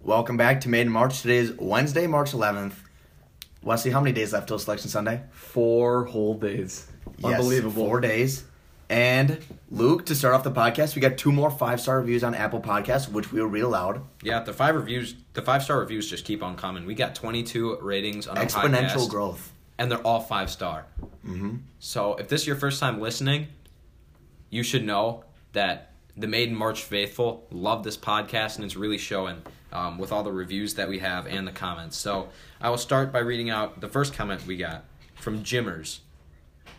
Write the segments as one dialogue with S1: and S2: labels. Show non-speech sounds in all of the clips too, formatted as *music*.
S1: Welcome back to Made in March. Today is Wednesday, March 11th. Wesley, how many days left till Selection Sunday?
S2: Four whole days.
S1: Yes,
S2: Unbelievable.
S1: Four days. And Luke, to start off the podcast, we got two more five star reviews on Apple Podcasts, which we will read aloud.
S3: Yeah, the five reviews, the five star reviews just keep on coming. We got 22 ratings on our
S1: Exponential
S3: podcast,
S1: growth.
S3: and they're all five star. Mm-hmm. So if this is your first time listening, you should know that the Maiden March faithful love this podcast, and it's really showing um, with all the reviews that we have and the comments. So I will start by reading out the first comment we got from Jimmers.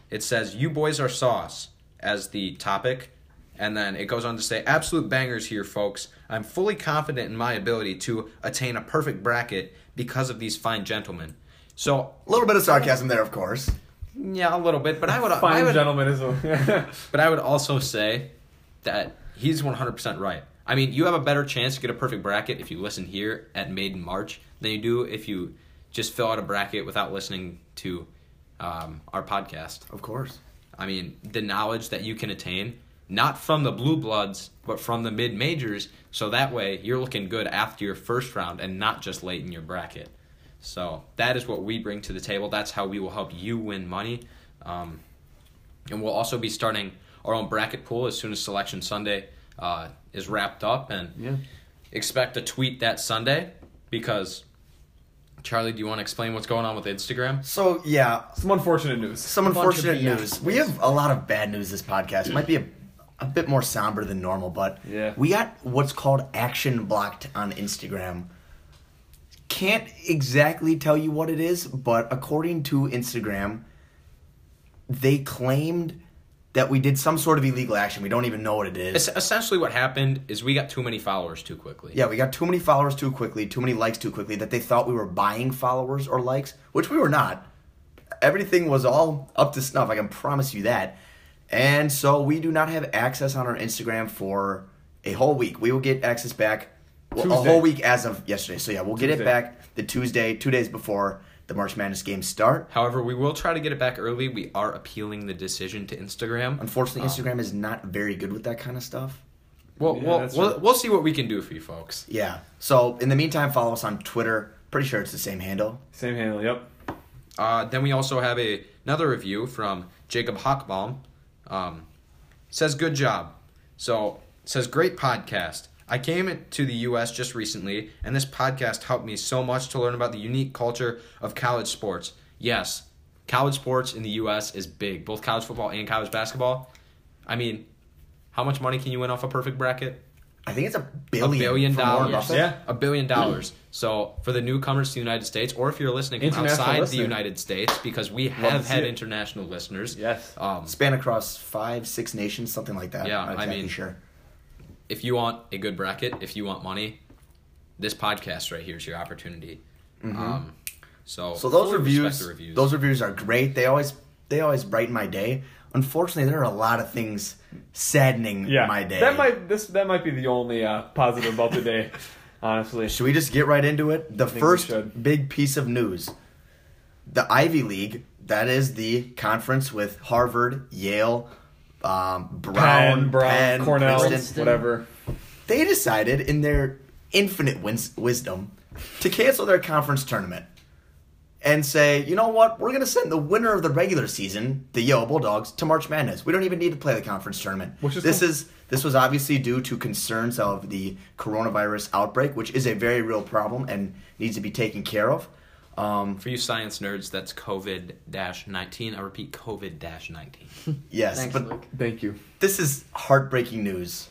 S3: It says, "You boys are sauce" as the topic, and then it goes on to say, "Absolute bangers here, folks. I'm fully confident in my ability to attain a perfect bracket because of these fine gentlemen." So
S1: A little bit of sarcasm there, of course.
S3: yeah, a little bit, but I would, I
S2: Fine
S3: would
S2: gentleman as well. *laughs*
S3: but I would also say that he's 100% right. I mean, you have a better chance to get a perfect bracket if you listen here at Made in March than you do if you just fill out a bracket without listening to um, our podcast.
S1: Of course.
S3: I mean, the knowledge that you can attain, not from the blue bloods, but from the mid majors, so that way you're looking good after your first round and not just late in your bracket. So that is what we bring to the table. That's how we will help you win money. Um, and we'll also be starting our own bracket pool as soon as Selection Sunday uh, is wrapped up. And
S2: yeah.
S3: expect a tweet that Sunday because, Charlie, do you want to explain what's going on with Instagram?
S1: So, yeah,
S2: Some unfortunate news.
S1: some
S4: A bunch of
S1: unfortunate
S4: BS.
S1: news. We have a lot of bad news this podcast. It might be a, a bit more somber than normal, but
S2: Yeah.
S1: we got what's called action blocked on Instagram. Can't exactly tell you what it is, but according to Instagram, they claimed that we did some sort of illegal action. We don't even know what it is.
S3: Es- essentially, what happened is we got too many followers too quickly.
S1: Yeah, we got too many followers too quickly, too many likes too quickly that they thought we were buying followers or likes, which we were not. Everything was all up to snuff, I can promise you that. And so we do not have access on our Instagram for a whole week. We will get access back well, a
S2: Tuesday.
S1: whole week as of yesterday. So yeah, we'll get it
S2: Tuesday.
S1: back the Tuesday, two days before the March Madness games start.
S3: However, we will try to get it back early. We are appealing the decision to Instagram.
S1: Unfortunately, Instagram is not very good with that kind of stuff.
S3: We'll,
S2: Yeah,
S3: we'll,
S2: that's
S3: we'll,
S2: right.
S3: we'll see what we can do for you folks.
S1: Yeah. So in the meantime, follow us on Twitter. Pretty sure it's the same handle.
S2: Same handle. Yep.
S3: Uh, then we also have a, another review from Jacob Hockbaum. Um, says, good job. So, says, great podcast. I came to the U.S. just recently, and this podcast helped me so much to learn about the unique culture of college sports. Yes, college sports in the U.S. is big, both college football and college basketball. I mean, how much money can you win off a perfect bracket?
S1: I think it's a
S3: a
S1: billion.
S3: billion
S1: for Warren
S3: dollars.
S1: Buffett.
S2: Yeah.
S3: a billion dollars. So for the newcomers to the United States, or if you're listening from
S2: International
S3: outside
S2: listener.
S3: the United States, because we
S2: to
S3: have
S2: see
S3: had
S2: it.
S3: international listeners.
S2: Yes.
S3: Um,
S1: span across five, six nations, something like that.
S3: Yeah,
S1: I'm not
S3: I
S1: exactly
S3: mean-
S1: sure.
S3: if you want a good bracket, if you want money, this podcast right here is your opportunity.
S2: Mm-hmm.
S3: Um, so
S1: So those
S3: fully respect
S1: reviews,
S3: the reviews,
S1: those reviews are great. They always, they always brighten my day. Unfortunately, there are a lot of things saddening
S2: Yeah.
S1: my day.
S2: That might this that might be the only uh, positive of the day. Honestly.
S1: Should we just get right into it? The
S2: think we
S1: first
S2: should.
S1: big piece of news: the Ivy League. That is the conference with Harvard, Yale, um, Brown,
S2: Penn, Brown,
S1: Penn,
S2: Cornell,
S1: Princeton.
S2: whatever.
S1: They decided, in their infinite wins- wisdom, to cancel their conference tournament and say, you know what, we're going to send the winner of the regular season, the Yale Bulldogs, to March Madness. We don't even need to play the conference tournament.
S2: Which is
S1: this
S2: cool.
S1: is this was obviously due to concerns of the coronavirus outbreak, which is a very real problem and needs to be taken care of. Um,
S3: for you science nerds, that's COVID nineteen. I repeat, COVID nineteen.
S1: yes,
S4: Thanks,
S1: but
S4: Luke.
S2: Thank you.
S1: this is heartbreaking news.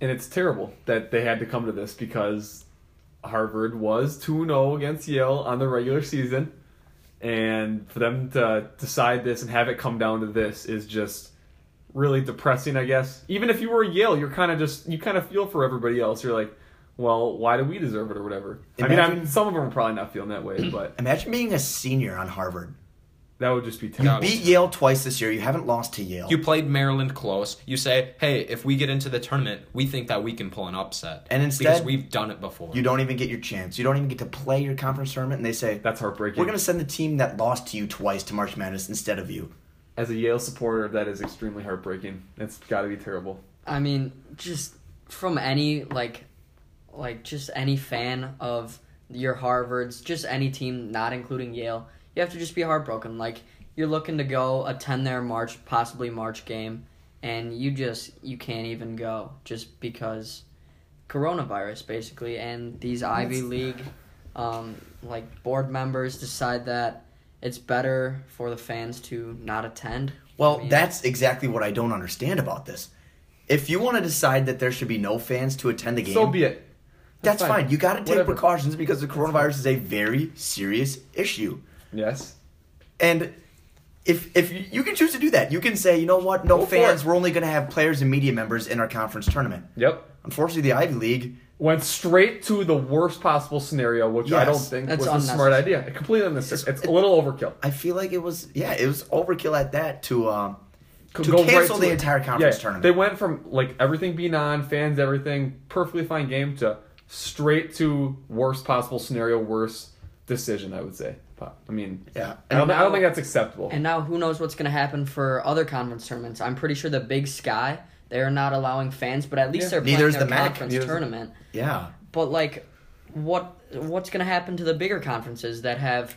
S2: And it's terrible that they had to come to this because Harvard was 2 0 against Yale on the regular season. And for them to decide this and have it come down to this is just really depressing, I guess. Even if you were Yale, you're kind of just, you kind of feel for everybody else. You're like, well, why do we deserve it or whatever? I mean,
S1: Imagine-
S2: I'm, some of them are probably not feeling that way, but
S1: Imagine being a senior on Harvard.
S2: that would just be
S1: You
S2: terrible.
S1: beat Yale twice this year. You haven't lost to Yale.
S3: You played Maryland close. You say, "Hey, if we get into the tournament, we think that we can pull an upset."
S1: And
S3: because
S1: instead-
S3: we've done it before.
S1: You don't even get your chance. You don't even get to play your conference tournament. And they say,
S2: That's heartbreaking.
S1: We're going to send the team that lost to you twice to March Madness instead of you.
S2: As a Yale supporter, that is extremely heartbreaking. It's got to be terrible.
S4: I mean, just from any like like just any fan of your Harvards, just any team, not including Yale, you have to just be heartbroken. Like you're looking to go attend their March, possibly March game, and you just you can't even go just because coronavirus basically, and these Ivy League, um, like board members decide that it's better for the fans to not attend.
S1: Well,
S4: I mean-
S1: that's exactly what I don't understand about this. If you want to decide that there should be no fans to attend the game,
S2: So be it.
S1: that's, fine. You got to take
S2: Whatever.
S1: precautions because the coronavirus is a very serious issue.
S2: Yes.
S1: And if if you, you can choose to do that, you can say, you know what, no
S2: Go for
S1: fans.
S2: it.
S1: We're only going to have players and media members in our conference tournament.
S2: Yep.
S1: Unfortunately, the Ivy League.
S2: Went straight to the worst possible scenario, which I
S1: Yes.
S2: don't think
S4: That's
S2: was a smart
S4: unnecessary.
S2: idea. Completely unnecessary. It's
S1: it-
S2: a little overkill.
S1: I feel like it was yeah, it was overkill at that to um
S2: Co-
S1: to
S2: go right
S1: cancel
S2: to
S1: the
S2: it.
S1: entire conference
S2: Yeah,
S1: tournament.
S2: They went from like everything being on, fans, everything, perfectly fine game to straight to worst possible scenario, worst decision. I would say. Po- I mean,
S1: Yeah.
S2: I don't, I don't
S4: And-
S2: think that's acceptable.
S4: And now who knows what's going to happen for other conference tournaments? I'm pretty sure the Big Sky they're not allowing fans, but at least
S2: Yeah.
S4: they're
S1: Neither
S4: playing
S1: is
S4: their
S1: the MAC.
S4: conference
S2: Neither is the-
S4: tournament.
S1: yeah.
S4: But like, what what's going to happen to the bigger conferences that have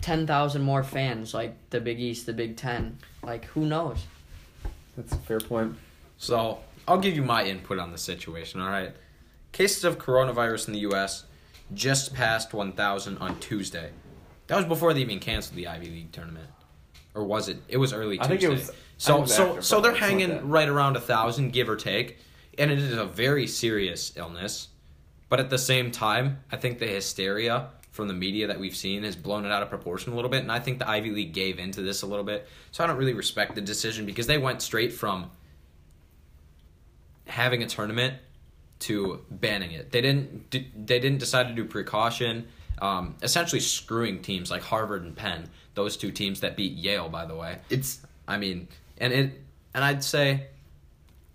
S4: ten thousand more fans, like the Big East, the Big Ten? Like, who knows?
S2: that's a fair point.
S3: So I'll give you my input on the situation. All right, cases of coronavirus in the U.S. just passed 1,000 on Tuesday. That was before they even canceled the Ivy League tournament, or was it? It was early Tuesday.
S2: I think it was- I think it
S3: so
S2: was
S3: so
S2: after,
S3: so
S2: but
S3: they're
S2: it's not
S3: hanging
S2: that.
S3: right around a thousand, give or take, and it is a very serious illness. But at the same time, I think the hysteria from the media that we've seen has blown it out of proportion a little bit, and I think the Ivy League gave into this a little bit. So I don't really respect the decision because they went straight from having a tournament to banning it. They didn't. d- They didn't decide to do precaution. Um, essentially, screwing teams like Harvard and Penn, those two teams that beat Yale, by the way.
S1: It's
S3: I mean, and it, and I'd say,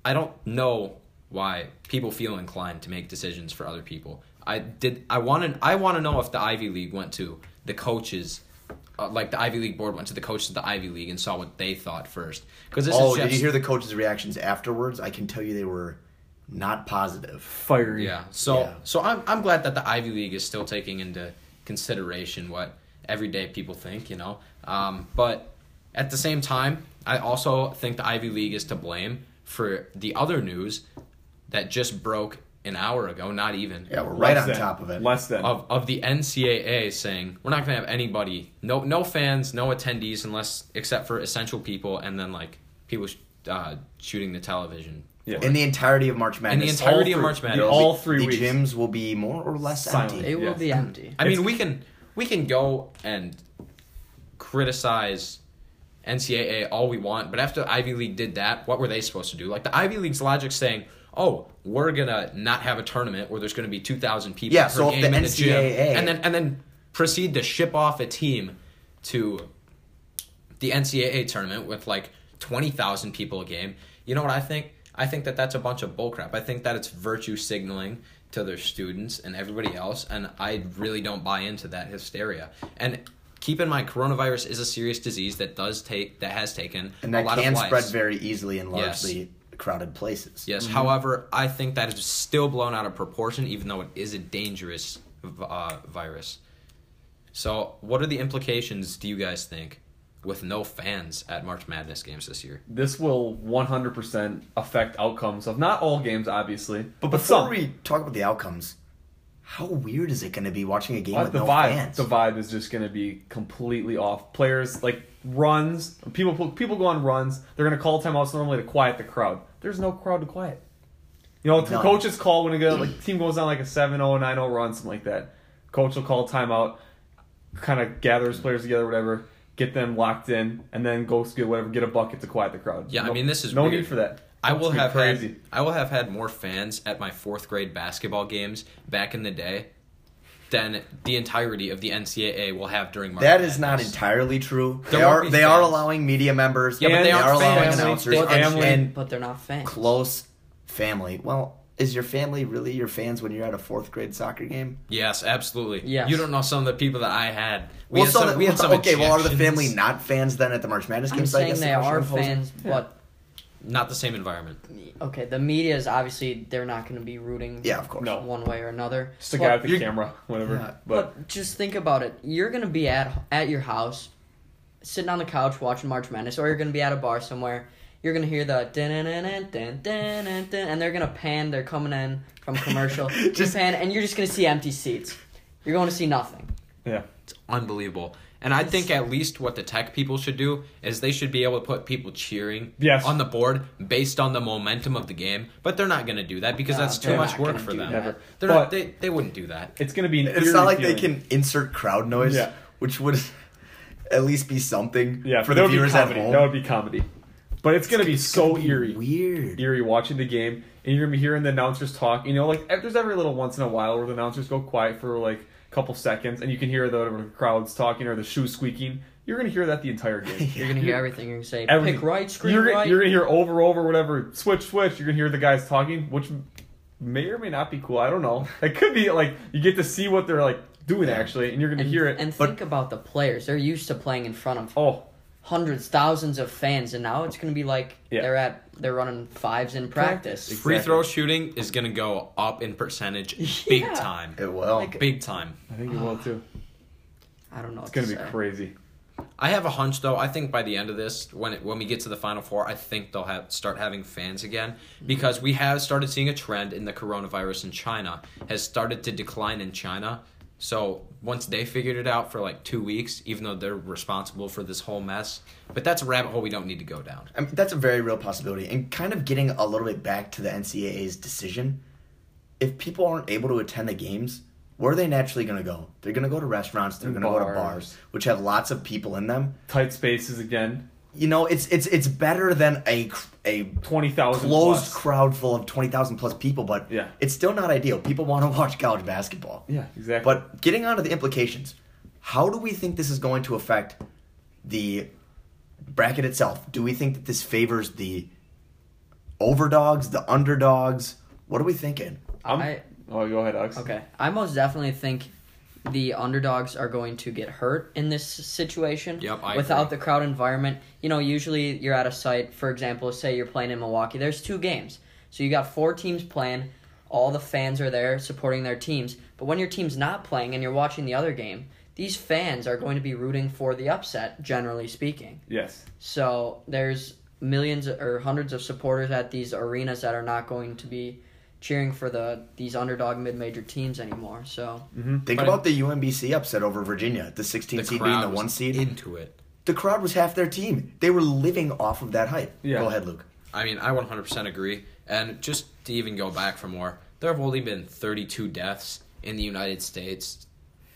S3: I don't know why people feel inclined to make decisions for other people. I did. I wanted. I want to know if the Ivy League went to the coaches. Uh, like the Ivy League board went to the coaches of the Ivy League and saw what they thought first. Because this
S1: Oh,
S3: is just,
S1: did you hear the coaches' reactions afterwards? I can tell you they were not positive.
S2: Fiery.
S3: Yeah. So
S1: Yeah.
S3: so I'm I'm glad that the Ivy League is still taking into consideration what everyday people think, you know. Um, but at the same time, I also think the Ivy League is to blame for the other news that just broke an hour ago, not even
S1: Yeah, we're right
S2: Less
S1: on
S2: than.
S1: top of it.
S2: Less than.
S3: of of the NCAA saying we're not gonna have anybody, no no fans, no attendees, unless except for essential people, and then like people sh- uh, shooting the television.
S2: Yeah.
S3: for
S1: in
S3: it.
S1: the entirety of March Madness.
S3: entirety of
S1: three-
S3: March Madness.
S1: the-
S2: All three
S1: the
S2: weeks.
S1: gyms will be more or less
S2: Silent.
S1: empty.
S4: It will
S2: Yes.
S4: be empty.
S3: I
S2: It's-
S3: mean, we can we can go and criticize NCAA all we want, but after the Ivy League did that, what were they supposed to do? Like the Ivy League's logic saying, "Oh, we're gonna not have a tournament where there's gonna be two thousand people
S1: Yeah,
S3: per
S1: so if
S3: game
S1: the
S3: in the gym,"
S1: NCAA
S3: and then and then proceed to ship off a team to the NCAA tournament with like 20,000 people a game. You know what I think? I think that that's a bunch of bullcrap. I think that it's virtue signaling to their students and everybody else, and I really don't buy into that hysteria. And keep in mind, coronavirus is a serious disease that does take that has taken
S1: And
S3: a
S1: that
S3: lot
S1: can
S3: of lives.
S1: spread very Mm-hmm. easily in
S3: Yes.
S1: largely crowded places.
S3: Yes. However, I think that is still blown out of proportion, even though it is a dangerous uh, virus. So, what are the implications? Do you guys think with no fans at March Madness games this year?
S2: this will 100% affect outcomes of not all games, obviously,
S1: But
S2: but,
S1: before
S2: some.
S1: we talk about the outcomes, how weird is it going to be watching a game
S2: Uh,
S1: with
S2: the
S1: no
S2: vibe,
S1: fans?
S2: the vibe is just going to be completely off. Players like runs, people people go on runs. They're going to call timeouts normally to quiet the crowd. There's no crowd to quiet. You know,
S1: None.
S2: coaches call when a
S1: *clears throat*
S2: good, like team goes on like a 7-0, 9-0 run, something like that. Coach will call timeout, kind of gathers players together, whatever, get them locked in, and then goes get whatever, get a bucket to quiet the crowd.
S3: Yeah, I
S2: No-
S3: mean, this is
S2: no
S3: weird.
S2: need for that.
S3: I
S2: It's
S3: will
S2: gonna be
S3: have
S2: crazy.
S3: had I will have had more fans at my fourth grade basketball games back in the day than the entirety of the NCAA will have during March.
S1: that is not
S3: Madness.
S1: entirely true.
S3: There
S1: they are
S3: won't be
S1: they are
S3: fans.
S1: allowing media members.
S3: Yeah, but
S1: and
S3: they
S1: they
S3: aren't
S1: are allowing
S3: fans.
S1: announcers
S2: They
S1: and,
S2: aren't fans.
S1: and
S4: but they're not fans.
S1: close family. Well, is your family really your fans when you're at a fourth grade soccer game?
S3: Yes, absolutely.
S4: Yes.
S3: You don't know some of the people that I had. We
S1: well,
S3: had
S1: so
S3: some,
S1: that- *laughs*
S3: we had
S1: well,
S3: some
S1: okay. Well, are the family
S3: ejections.
S1: not fans then at the March Madness
S4: I'm
S1: games? I
S4: saying
S1: guess the
S4: they
S1: question
S4: are
S1: I'm posing-
S4: fans, but
S3: Not the same environment.
S4: Okay, the media is obviously they're not going to be rooting.
S1: Yeah, of course.
S2: No.
S4: One way or another.
S2: Just a
S4: But-
S2: guy with the
S1: you're-
S2: camera, *laughs* whatever.
S1: Yeah.
S2: But
S4: But just think about it. You're gonna be at at your house, sitting on the couch watching March Madness, or you're gonna be at a bar somewhere. You're gonna hear the dun dun dun dun dun dun dun, and they're gonna pan. They're coming in
S2: *laughs*
S4: from commercial. just
S1: Just-
S4: pan, and you're just gonna see empty seats. You're going to see nothing.
S2: yeah,
S3: It's unbelievable. And I think at least what the tech people should do is they should be able to put people cheering
S2: Yes.
S3: on the board based on the momentum of the game. But they're not going to do that because
S4: No,
S3: that's too
S4: they're
S3: much
S4: not
S3: work
S4: gonna
S3: for
S4: do
S3: them.
S4: that. Never.
S3: They're
S2: But-
S3: not, they, they wouldn't do that.
S2: it's gonna be. An
S1: It's not like
S2: eerie
S1: they
S2: feeling.
S1: can insert crowd noise,
S2: Yeah.
S1: which would *laughs* at least be something
S2: Yeah,
S1: for
S2: that
S1: the
S2: would be
S1: viewers at
S2: comedy.
S1: home.
S2: That would be comedy. But it's gonna be so eerie.
S1: Weird.
S2: eerie watching the game, and you're gonna be hearing the announcers talk. You know, like if there's every little once in a while where the announcers go quiet for like a couple seconds, and you can hear the crowds talking or the shoes squeaking. You're gonna hear that the entire game.
S4: You're gonna hear everything. You're gonna say
S2: Everything.
S4: pick right, screen
S2: you're, gonna-
S4: right.
S2: You're gonna hear over, over, whatever, switch, switch. You're gonna hear the guys talking, which may or may not be cool. I don't know. It could be like you get to see what they're like doing actually, and you're gonna
S4: and,
S2: hear it.
S4: and
S2: but
S4: think about the players. They're used to playing in front of
S2: oh,
S4: hundreds, thousands of fans, and now it's gonna be like
S2: Yeah.
S4: they're at they're running fives in practice.
S2: Practice.
S3: Free
S2: Exactly.
S3: throw shooting is going to go up
S1: *laughs*
S3: in percentage big
S4: Yeah.
S3: time.
S1: It will.
S4: Like-
S3: Big time.
S2: I think you will too.
S4: I don't know.
S2: It's gonna be crazy.
S3: I have a hunch though. I think by the end of this, when it, when we get to the final four, I think they'll have start having fans again
S1: Mm-hmm.
S3: because we have started seeing a trend in the coronavirus in China has started to decline in China. So once they figured it out for like two weeks, even though they're responsible for this whole mess, but that's a rabbit hole we don't need to go down.
S1: I mean, that's a very real possibility. And kind of getting a little bit back to the NCAA's decision, if people aren't able to attend the games, where are they naturally going to go? They're going to go to restaurants. They're
S2: And
S1: going to go to
S2: bars.
S1: bars, which have lots of people in them.
S2: Tight spaces again.
S1: You know, it's it's it's better than a cr- a
S2: Twenty thousand
S1: closed crowd full of twenty thousand plus people, but
S2: Yeah.
S1: it's still not ideal. People want to *laughs* watch college basketball.
S2: Yeah, exactly.
S1: But getting onto the implications, how do we think this is going to affect the bracket itself? Do we think that this favors the overdogs, the underdogs? What are we thinking?
S2: I'm,
S4: I-
S2: oh, go ahead, Alex.
S4: Okay, I most definitely think the underdogs are going to get hurt in this situation.
S3: Yep, I
S4: without
S3: agree.
S4: the crowd environment, you know, usually you're at a site. For example, say you're playing in Milwaukee. There's two games, so you got four teams playing. All the fans are there supporting their teams. But when your team's not playing and you're watching the other game, these fans are going to be rooting for the upset, generally speaking.
S2: Yes.
S4: So there's millions or hundreds of supporters at these arenas that are not going to be cheering for the these underdog mid-major teams anymore. So
S2: Mm-hmm.
S1: Think
S3: But-
S1: about the UMBC upset over Virginia, the 16
S3: The
S1: seed being the
S3: crowd was
S1: one seed.
S3: into it.
S1: the crowd was half their team. They were living off of that hype.
S2: Yeah.
S1: Go ahead, Luke.
S3: I mean, I 100% agree. And just to even go back for more, there have only been 32 deaths in the United States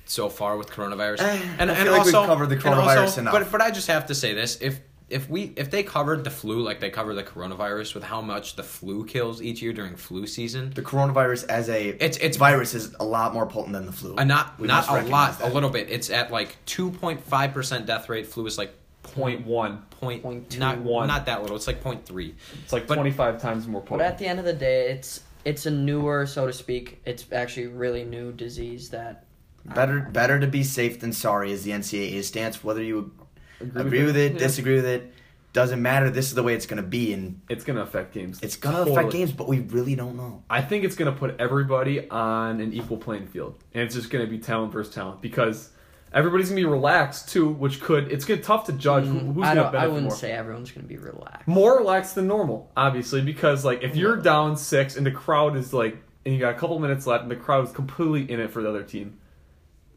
S3: so far with coronavirus.
S1: Eh,
S3: and
S1: I
S3: and
S1: feel like we've
S3: also,
S1: covered the
S3: and also-
S1: coronavirus enough.
S3: But but I just have to say this: if if we if they covered the flu like they cover the coronavirus with how much the flu kills each year during flu season,
S1: The coronavirus as a
S3: It's- it's-
S1: virus is a lot more potent than the flu.
S3: a uh, not
S1: We
S3: not
S1: must
S3: a
S1: recognize
S3: lot,
S1: that.
S3: a little bit. It's at like 2.5 percent death rate. Flu is like
S2: Point
S3: point
S2: one.
S3: point
S4: Point two
S3: not
S2: one.
S3: not that little. It's like point three.
S2: It's like
S3: But-
S2: 25 times more
S4: but
S2: potent.
S4: at the end of the day, it's it's a newer, so to speak, it's actually really new disease that
S1: Better, better to be safe than sorry is the NCAA stance. Whether you agree, with
S2: with it,
S1: it,
S2: yeah.
S1: disagree with it, doesn't matter. This is the way it's going to be, and
S2: it's going to affect games.
S1: it's going to affect
S2: Totally.
S1: games. But we really don't know.
S2: I think it's going to put everybody on an equal playing field. And it's just going to be talent versus talent because everybody's going to be relaxed too, which could. It's gonna tough to judge Uh, who, who's
S4: Mm-hmm. mm, I
S2: going to
S4: don't.
S2: benefit
S4: I wouldn't
S2: more.
S4: say everyone's going to be relaxed.
S2: More relaxed than normal, obviously, because like if you're down six and the crowd is like, and you got a couple minutes left and the crowd is completely in it for the other team,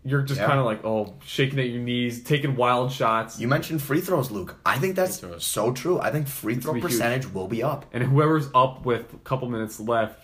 S2: you're just
S1: Yeah.
S2: kind of like, oh, shaking at your knees, taking wild shots.
S1: You mentioned free throws, Luke. I think that's
S3: Free throws.
S1: so true. I think free throw
S2: gonna be huge.
S1: percentage will be up.
S2: and whoever's up with a couple minutes left,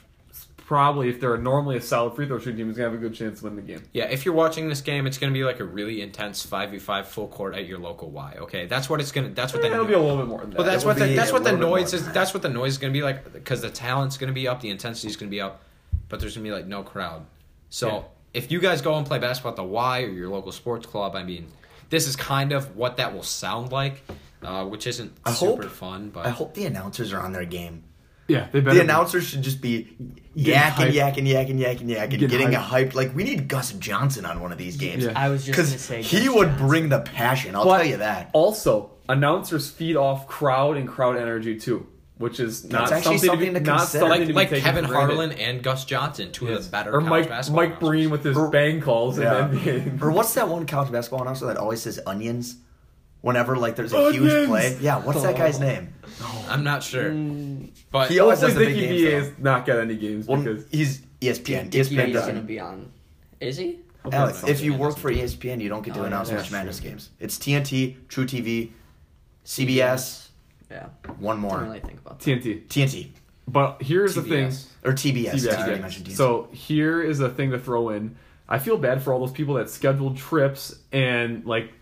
S2: probably if they're normally a solid free throw shooting team, is gonna have a good chance to win the game.
S3: Yeah, if you're watching this game, it's gonna be like a really intense five v five full court at your local Y. Okay, that's what it's gonna. That's what
S2: Eh,
S3: they.
S2: it'll be a little bit more than that.
S3: But that's
S1: It will
S3: what the,
S1: be
S3: that's
S1: a
S3: what the
S1: little bit
S3: noise
S1: more.
S3: is. That's what the noise is gonna be like because the talent's gonna be up, the intensity's gonna be up, but there's gonna be like no crowd. So
S2: Yeah.
S3: if you guys go and play basketball at the Y or your local sports club, I mean, this is kind of what that will sound like, uh, which isn't
S1: I
S3: super
S1: hope-
S3: fun. But
S1: I hope the announcers are on their game.
S2: yeah, they better.
S1: The
S2: be.
S1: announcers should just be
S2: hyped.
S1: yakking, yakking, yakking, yakking, yakking,
S2: Getting
S1: getting,
S2: hyped.
S1: hyped. Like we need Gus Johnson on one of these games.
S2: Yeah.
S4: I was just going to
S1: Because
S4: say
S1: he
S4: Gus
S1: would
S4: Johnson.
S1: bring the passion. I'll
S2: But
S1: tell you that.
S2: Also, announcers feed off crowd and crowd energy too. which is not
S1: That's actually
S2: something,
S1: something to
S2: to, be, not
S1: consider.
S2: something
S3: Like
S2: to be
S3: like
S2: taken
S3: Kevin
S2: for granted.
S3: Harlan and Gus Johnson, two of
S2: Yes.
S3: the better
S2: or
S3: college
S2: Mike
S3: basketball
S2: Mike
S3: announcers.
S2: Breen with his
S1: Or-
S2: bang calls
S1: Yeah.
S2: in *laughs* NBA.
S1: Or what's that one college basketball announcer that always says onions? Whenever like there's a huge
S2: Onions!
S1: play, yeah. What's that guy's name?
S3: I'm not sure,
S2: Mm.
S3: but
S1: He always
S2: Hopefully,
S1: has the big
S2: Dickie
S1: games,
S2: V
S1: though.
S2: is not got any games
S1: Well,
S2: because
S1: he's E ESPN.
S4: Dickey
S1: ESPN
S4: is going to
S1: doesn't.
S4: be on. Is he?
S1: Alex, if you
S3: Yeah,
S1: work
S3: doesn't
S1: for E ESPN, you don't get to
S4: Oh, yeah,
S1: announce
S2: that's
S1: March
S2: true.
S1: Madness games. It's TNT, True TV, CBS,
S4: Yeah.
S1: one
S4: I
S1: more.
S4: don't really think about that.
S2: TNT.
S1: TNT
S2: But here's the thing.
S3: TBS.
S1: or TBS.
S2: TBS,
S1: I already
S2: yeah.
S1: mentioned TNT.
S2: So here is a thing to throw in. I feel bad for all those people that scheduled trips and like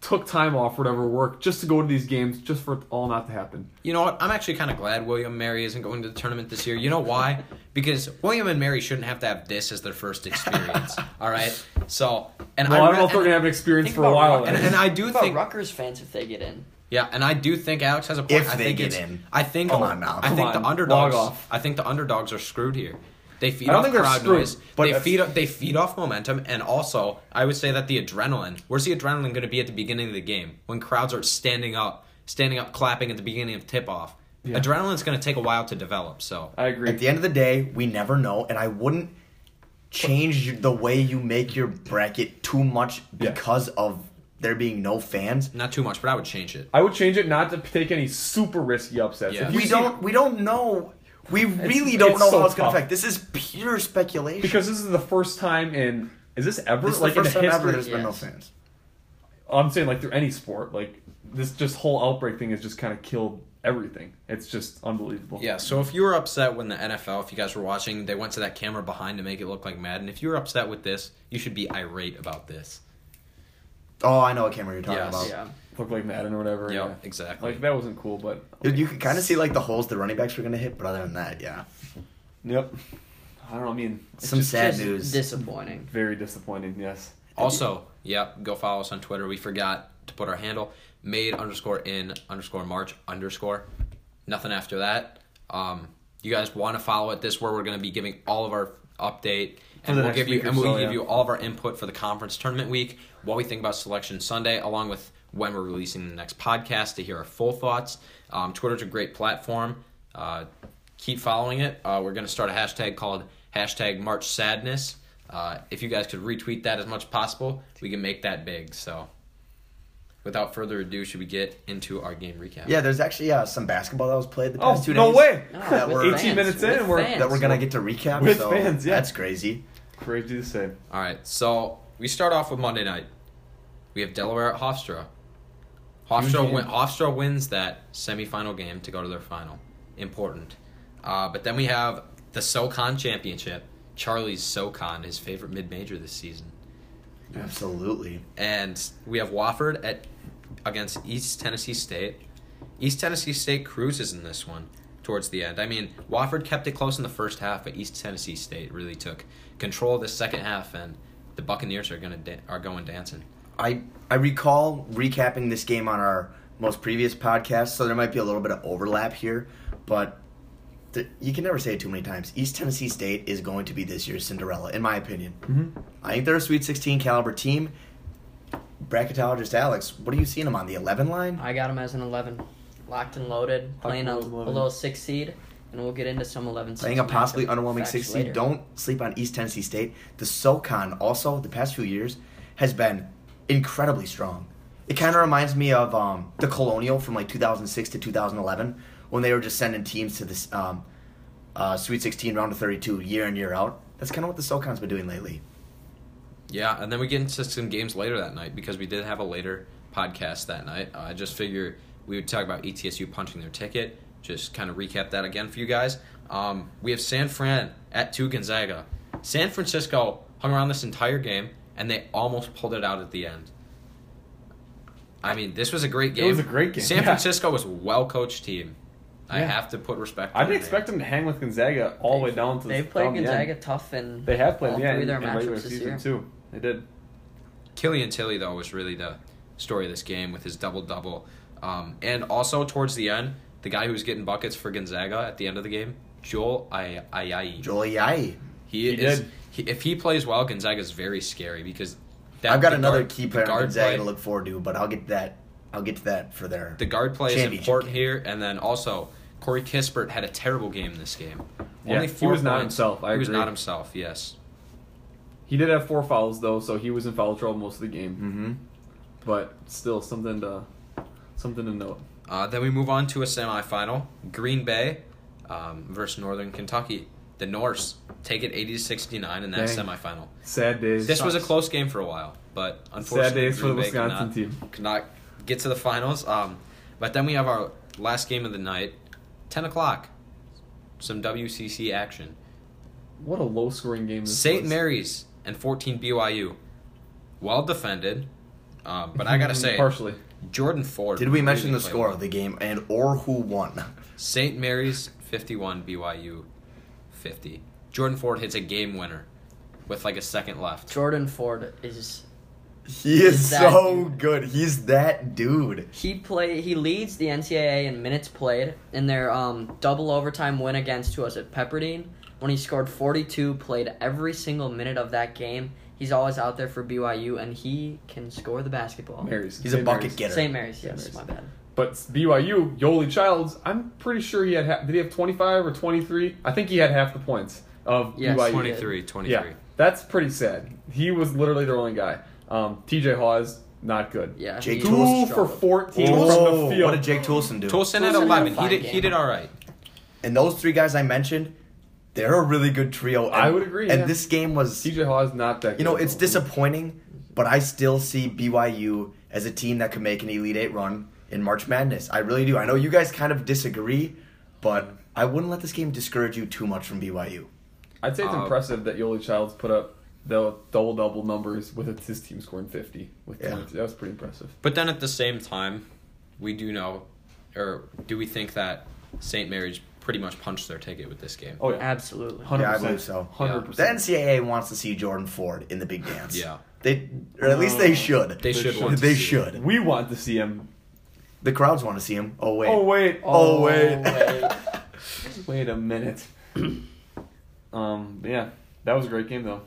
S2: took time off, whatever work, just to go to these games, just for it all not to happen.
S3: You know what? I'm actually kind of glad William Mary isn't going to the tournament this year. You know why? Because William and Mary shouldn't have to have this as their
S1: *laughs*
S3: first experience. all right. So, and
S2: Well, I, don't know if
S3: and-
S2: they're gonna have an experience
S4: think
S2: for a
S4: about
S2: while.
S4: Rock-
S3: and, and I do
S4: What about
S3: think,
S4: Rutgers fans if they get in?
S3: yeah, and I do think Alex has a point.
S1: If
S3: I
S1: they
S3: think
S1: get
S3: it's-
S1: in.
S3: I think,
S1: Come on now.
S3: I
S2: Come
S3: think
S2: on.
S3: the
S2: Log
S3: underdogs.
S2: off.
S3: I think the underdogs are screwed here. They feed
S2: I don't
S3: off
S2: think they're
S3: crowd
S2: screwed,
S3: noise.
S1: but
S3: they
S1: if-
S3: feed they feed off momentum, and also I would say that the adrenaline. Where's the adrenaline going to be at the beginning of the game when crowds are standing up, standing up, clapping at the beginning of tip off?
S2: Yeah.
S3: Adrenaline's going to take a while to develop. So
S2: I agree.
S1: At the end of the day, we never know, and I wouldn't change you- the way you make your bracket too much
S2: Yeah.
S1: because of there being no fans.
S3: not too much, but I would change it.
S2: I would change it not to take any super risky upsets.
S3: Yeah.
S2: If you
S1: We
S2: see-
S1: don't. We don't know. We really
S2: it's
S1: don't know
S2: so
S1: how it's going
S2: tough.
S1: to affect. This is pure speculation.
S2: because this is the first time in is this ever
S1: this is
S2: like
S1: the first
S2: in
S1: time
S2: the
S1: ever
S2: history?
S1: there's been no
S4: yes.
S1: fans.
S2: I'm saying like through any sport, like this just whole outbreak thing has just kind of killed everything. It's just unbelievable.
S3: Yeah, so if you were upset when the NFL, if you guys were watching, they went to that camera behind to make it look like Madden. If you were upset with this, you should be irate about this.
S1: Oh, I know what camera you're talking
S3: Yes.
S1: about.
S4: Yeah.
S2: look like Madden or whatever.
S3: Yeah,
S2: yeah.
S3: exactly.
S2: Like that wasn't cool, but
S1: Dude, You can kind of see like the holes the running backs were going to hit, but other than that, yeah,
S2: yep. I don't know. I mean, it's
S1: some
S2: just
S1: sad
S4: Just
S1: news.
S4: Disappointing.
S2: very disappointing. Yes.
S3: also, yep, go follow us on Twitter. We forgot to put our handle made underscore in underscore March underscore. Nothing after that. Um, you guys want to follow it? This where we're going to be giving all of our update, and
S2: the
S3: we'll
S2: next
S3: give you
S2: week or
S3: and we'll
S2: so,
S3: give
S2: yeah.
S3: you all of our input for the conference tournament week, what we think about Selection Sunday, along with when we're releasing the next podcast to hear our full thoughts. Um, Twitter's a great platform. Uh, keep following it. Uh, we're going to start a hashtag called hashtag March Sadness. Uh, if you guys could retweet that as much as possible, we can make that big. So, without further ado, should we get into our game recap?
S1: Yeah, there's actually uh, some basketball that was played the
S2: Oh,
S1: past two
S2: no
S1: days.
S2: way!
S4: No,
S1: That
S2: *laughs*
S4: *laughs* with
S1: we're-
S2: 18 minutes in,
S4: with
S2: and we're-
S4: fans.
S1: That we're gonna get to recap.
S2: With
S1: so
S2: fans, yeah.
S1: that's crazy.
S2: Crazy to say.
S3: All right, so we start off with Monday night. We have Delaware at Hofstra. Hofstra,
S2: game.
S3: win- Hofstra wins that semifinal game to go to their final. Important. Uh, but then we have the SoCon Championship. Charlie's SoCon, his favorite mid major this season.
S1: Absolutely.
S3: And we have Wofford at against East Tennessee State. East Tennessee State cruises in this one towards the end. I mean, Wofford kept it close in the first half, but East Tennessee State really took control of the second half, and the Buccaneers are gonna da- are going dancing.
S1: I I recall recapping this game on our most previous podcast, so there might be a little bit of overlap here, but th- you can never say it too many times. East Tennessee State is going to be this year's Cinderella, in my opinion. I think they're a Sweet 16 caliber team. Bracketologist Alex, what are you seeing them on the 11 line?
S4: I got him as an 11. Locked and loaded, playing a,
S2: and loaded.
S4: a little six seed, and we'll get into some 11
S1: Playing a possibly underwhelming six seed. Don't sleep on East Tennessee State. The SoCon also the past few years has been incredibly strong. It kind of reminds me of um, the Colonial from like 2006 to 2011 when they were just sending teams to this um, uh, Sweet 16 round of 32 year in year out. That's kind of what the SoCon's been doing lately.
S3: Yeah, and then we get into some games later that night because we did have a later podcast that night. Uh, I just figure we would talk about E ETSU punching their ticket. Just kind of recap that again for you guys. Um, we have San Fran at two Gonzaga. San Francisco hung around this entire game and they almost pulled it out at the end. I mean, this was a great
S2: It
S3: game.
S2: was a great game,
S3: San
S2: yeah.
S3: Francisco was a well coached team. I
S2: Yeah.
S3: have to put respect.
S2: I
S3: on
S2: didn't
S3: their
S2: expect
S3: name.
S2: them to hang with Gonzaga all the way down to the
S4: They played
S2: down the end.
S4: Gonzaga tough and
S2: They have played
S4: all
S2: yeah,
S4: three of
S2: in,
S4: their
S2: in regular
S4: matchups this
S2: season
S4: year.
S2: too. They did.
S3: Killian Tilly though was really the story of this game with his double double, um, and also towards the end, the guy who was getting buckets for Gonzaga at the end of the game, Joel Ay- Ayayi.
S1: Joel Yai.
S3: he,
S2: He
S3: is.
S2: did.
S3: He, if he plays well, Gonzaga's very scary because. That,
S1: I've got
S3: the
S1: another
S3: guard-
S1: key
S3: the
S1: player on
S3: guard
S1: Gonzaga
S3: play-
S1: to look forward to, but I'll get that. I'll get to that for their
S3: the guard play is
S1: Championship
S3: important
S1: game.
S3: here, and then also Corey Kispert had a terrible game this game.
S2: Yeah, he was not himself, I
S3: he was
S2: agree.
S3: not himself. Yes.
S2: He did have four fouls though, so he was in foul trouble most of the game.
S1: Mm-hmm.
S2: But still, something to something to note.
S3: Uh, then we move on to a semifinal: Green Bay um, versus Northern Kentucky. The Norse take it 80 to 69 in
S2: Dang.
S3: that semifinal.
S2: Sad days.
S3: This was a
S2: Sucks.
S3: close game for a while, but unfortunately,
S2: days for
S3: Green
S2: the
S3: Bay could
S2: Wisconsin
S3: not-
S2: team.
S3: Could not get to the finals. Um, but then we have our last game of the night, 10 o'clock. Some WCC action.
S2: Mm, What a low scoring game. This
S3: St.
S2: was.
S3: Mary's and 14 BYU. Well defended, um,
S2: *laughs*
S3: but I gotta say,
S2: partially.
S3: Jordan Ford.
S1: Did we mention the
S3: really played
S1: score
S3: well.
S1: of the game and or who won?
S3: St. Mary's 51, BYU 50. Jordan Ford hits a game winner with like a second left.
S4: Jordan Ford is
S1: He is
S4: He's that
S1: so
S4: dude.
S1: good. He's that dude.
S4: he play he leads the NCAA in minutes played in their um, double overtime win against who was it Pepperdine when he scored 42 played every single minute of that game. He's always out there for BYU and he can score the basketball.
S2: Mary's.
S1: He's a
S2: St.
S1: bucket
S2: Mary's.
S1: getter.
S4: St. Mary's,
S2: St.
S4: yes,
S2: Mary's.
S4: my bad.
S2: But BYU, Yoli Childs, I'm pretty sure he had. Ha- did he have 25 or 23? I think he had half the points of
S4: Yes,
S2: BYU.
S3: 23, 23.
S2: Yeah, that's pretty sad. He was literally their only guy. Um, TJ Hawes, not good.
S4: Yeah.
S1: Jake
S4: he
S1: Toole Toolson.
S2: Two for
S4: struggled.
S2: 14
S1: Whoa,
S2: from the field.
S1: what did Jake Toolson do?
S3: Tolson at
S4: Tolson had a
S3: 11. He
S4: fine
S3: did, he
S4: game.
S3: did all right.
S1: And those three guys I mentioned, they're a really good trio. And,
S2: I would agree,
S1: And
S2: yeah.
S1: this game was, you
S2: TJ Hawes, not that good.
S1: know, it's
S2: disappointing.
S1: disappointing, but I still see BYU as a team that could make an Elite Eight run in March Madness. I really do. I know you guys kind of disagree, but I wouldn't let this game discourage you too much from BYU.
S2: I'd say it's
S3: Um,
S2: impressive that Yoli Childs put up the double double numbers with his team scoring 50. With
S1: Yeah.
S2: 22. That was pretty impressive.
S3: But then at the same time, we do know, or do we think that St. Mary's pretty much punched their ticket with this game?
S2: Oh, yeah.
S4: Absolutely.
S2: 100%.
S1: Yeah, I believe so.
S2: 100%.
S1: The NCAA wants to see Jordan Ford in the big dance.
S3: Yeah. Uh,
S1: They, or at least they should.
S3: They should want to
S1: They
S3: see
S1: should.
S2: We want to see him.
S1: The crowds want to see him. Oh wait.
S2: Oh, wait.
S1: Oh, wait.
S2: Wait a minute. um, yeah, that was a great game, though.